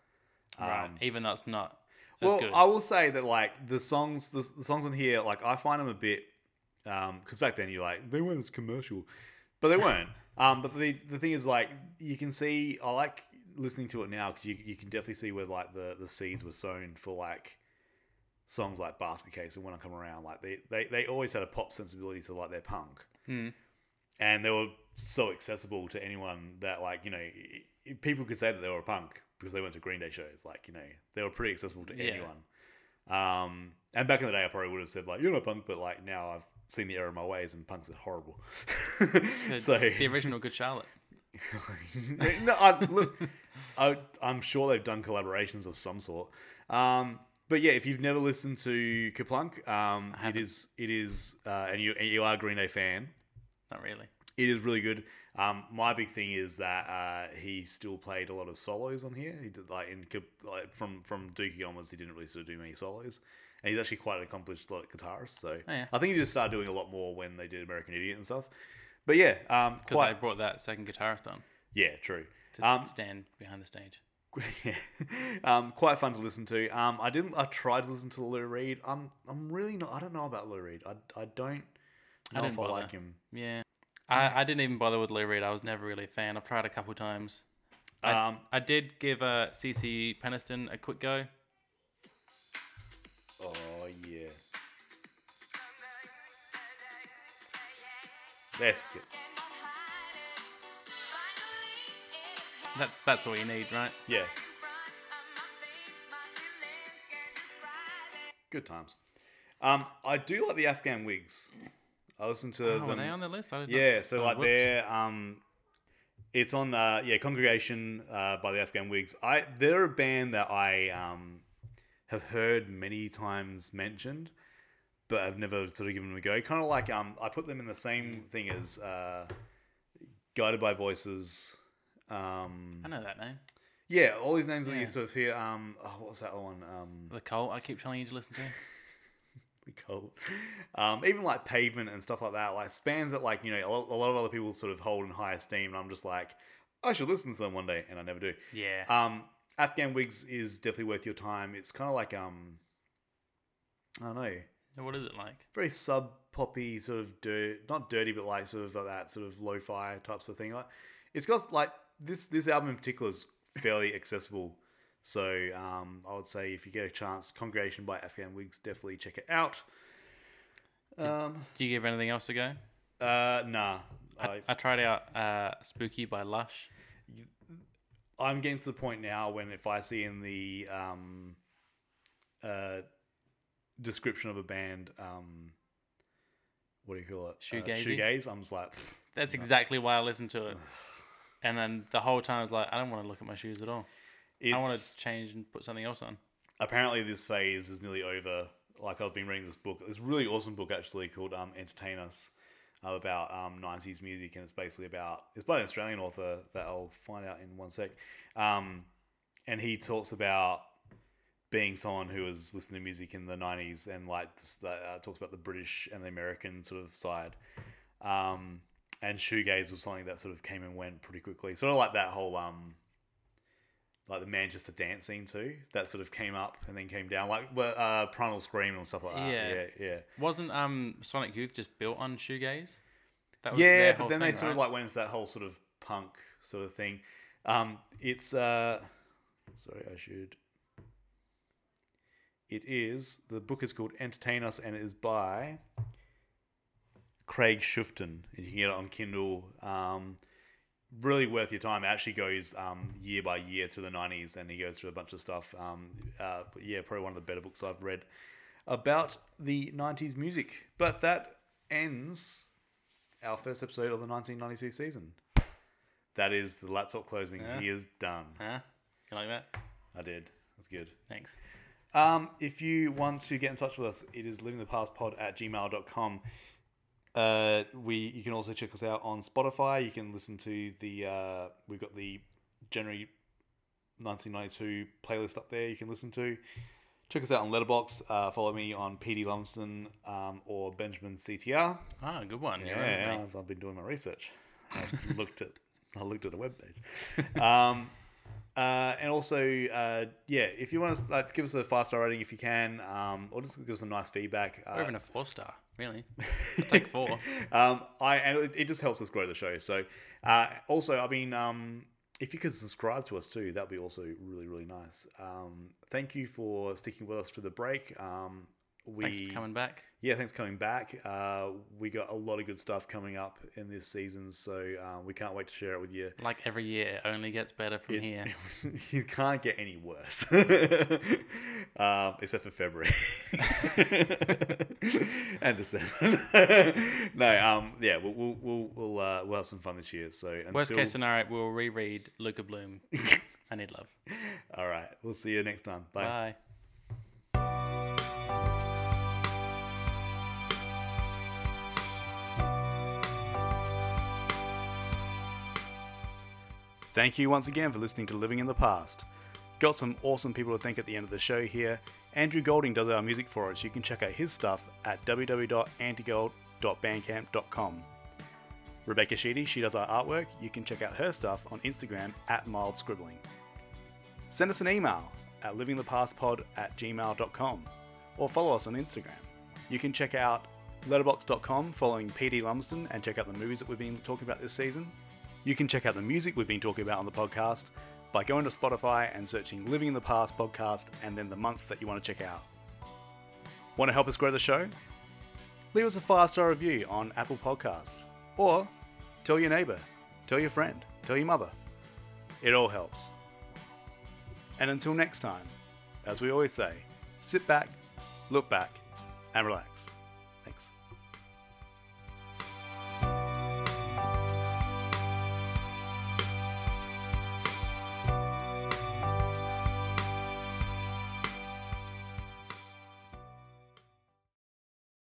Right. Um, Even though it's not as Well, good. I will say that like the songs, the, the songs on here, like I find them a bit, because back then you're like they weren't as commercial, but they weren't. um, but the the thing is like you can see I like listening to it now because you, you can definitely see where like the the seeds were sown for like songs like Basket Case and When I Come Around. Like they they, they always had a pop sensibility to like their punk, and they were so accessible to anyone that like you know i- i- people could say that they were a punk because they went to Green Day shows. Like you know they were pretty accessible to Yeah. anyone. Um, and back in the day, I probably would have said like, "You're not punk," but like now I've seen the error of my ways, and punks are horrible. The- so the original Good Charlotte. no, I, look, I, I'm sure they've done collaborations of some sort. Um, But yeah, if you've never listened to Kaplunk, um, I it haven't. is it is, uh, and you and you are a Green Day fan. Not really. It is really good. Um, my big thing is that uh, he still played a lot of solos on here. He did like in Kap- like from from Dookie onwards, he didn't really sort of do many solos, and he's actually quite an accomplished like, guitarist. So Oh, yeah. I think he just started doing a lot more when they did American Idiot and stuff. But yeah, um, Because quite they brought that second guitarist on yeah, true. to Um, stand behind the stage. yeah. um, quite fun to listen to. Um, I didn't. I tried to listen to Lou Reed. I'm. I'm really not. I don't know about Lou Reed. I. I don't. I Know didn't if bother. I like him. Yeah. I, I didn't even bother with Lou Reed. I was never really a fan. I've tried a couple times. I, Um, I did give uh, CC Peniston a quick go. oh yeah. That's good. That's that's all you need, right? Yeah. Good times. Um, I do like the Afghan Wigs. I listen to Oh, were them- they on the list? I did not- Yeah, so oh, like whoops. they're um, it's on uh yeah Congregation uh, by the Afghan Wigs. I they're a band that I um have heard many times mentioned, but I've never sort of given them a go. Kind of like um I put them in the same thing as uh, Guided by Voices. Um, I know that name. yeah, all these names that Yeah. you sort of hear. Um, oh, what was that one? Um, The Cult. I keep telling you to listen to. the cult. Um, even like pavement and stuff like that, like spans that like you know a lot, a lot of other people sort of hold in high esteem, and I'm just like, I should listen to them one day, and I never do. Yeah. Um, Afghan Wigs is definitely worth your time. It's kind of like um, I don't know, what is it like? very sub poppy sort of dirt, not dirty, but like sort of like that sort of lo-fi type sort of thing. Like it's got like this this album in particular is fairly accessible. So um, I would say if you get a chance, Congregation by Afghan Wigs, definitely check it out. Um, Do you give anything else a go? uh, nah, I, I, I tried out uh, Spooky by Lush. I'm getting to the point now when if I see in the um, uh, description of a band, um, what do you call it? Uh, Shoegazy? shoegaze. I'm just like, That's exactly why I listened to it. And then the whole time I was like, I don't want to look at my shoes at all. it's, I want to change and put something else on. apparently this phase is nearly over. Like I've been reading this book, this really awesome book actually called um, "Entertain Us," uh, about um, '90s music, and it's basically about it's by an Australian author that I'll find out in one sec. Um, and he talks about being someone who was listening to music in the '90s, and like s- uh, talks about the British and the American sort of side. Um, and shoegaze was something that sort of came and went pretty quickly, sort of like that whole um, like the Manchester dance scene too. That sort of came up and then came down, like well, uh, Primal Scream and stuff like that. Yeah. Yeah, yeah, Wasn't um, Sonic Youth just built on shoegaze? That yeah. their but whole then they thing, sort of right? like went into that whole sort of punk sort of thing. Um, it's uh, sorry, I should. It is the book is called Entertain Us and it is by Craig Shufton. You can get it on Kindle. Um, really worth your time. It actually goes um, year by year through the 90s and he goes through a bunch of stuff. Um, uh, but yeah, probably one of the better books I've read about the 90s music. But that ends our first episode of the 1992 season. That is the laptop closing. He is done. Huh? You like that? I did. That's good. Thanks. Um, if you want to get in touch with us, it is livingthepastpod at gmail.com. Uh, we you can also check us out on Spotify. You can listen to the uh, we've got the January 1992 playlist up there. You can listen to. Check us out on Letterbox. Uh, follow me on PD Lumsden um, or Benjamin CTR. Ah, good one. You Yeah, remember me. I've, I've been doing my research. I've looked at I looked at a web page. Um, uh, and also, uh, yeah, if you want to like, give us a five star rating if you can, um, or just give us some nice feedback. Or Uh, even a four star, really. I'll take four. um, I and it, it just helps us grow the show. So, uh, also, I mean, um, if you could subscribe to us too, that'd be also really really nice. Um, thank you for sticking with us through the break. Um, we Thanks for coming back. yeah, thanks for coming back. Uh, we got a lot of good stuff coming up in this season, so um, we can't wait to share it with you. Like every year, it only gets better from here. you can't get any worse, um, except for February and December. no, um, yeah, we'll we'll we'll we'll, uh, we'll have some fun this year. So until, Worst case scenario, we'll reread Luca Bloom. I need love. all right, we'll see you next time. Bye. Bye. Thank you once again for listening to Living in the Past. Got some awesome people to thank at the end of the show here. Andrew Golding does our music for us. You can check out his stuff at www.antigold.bandcamp.com. Rebecca Sheedy, she does our artwork. You can check out her stuff on Instagram at mild scribbling. Send us an email at livingthepastpod at gmail.com or follow us on Instagram. You can check out letterbox.com following PD Lumsden and check out the movies that we've been talking about this season. You can check out the music we've been talking about on the podcast by going to Spotify and searching Living in the Past podcast and then the month that you want to check out. Want to help us grow the show? Leave us a five star review on Apple Podcasts or tell your neighbor, tell your friend, tell your mother. It all helps. And until next time, as we always say, sit back, look back, and relax. Thanks.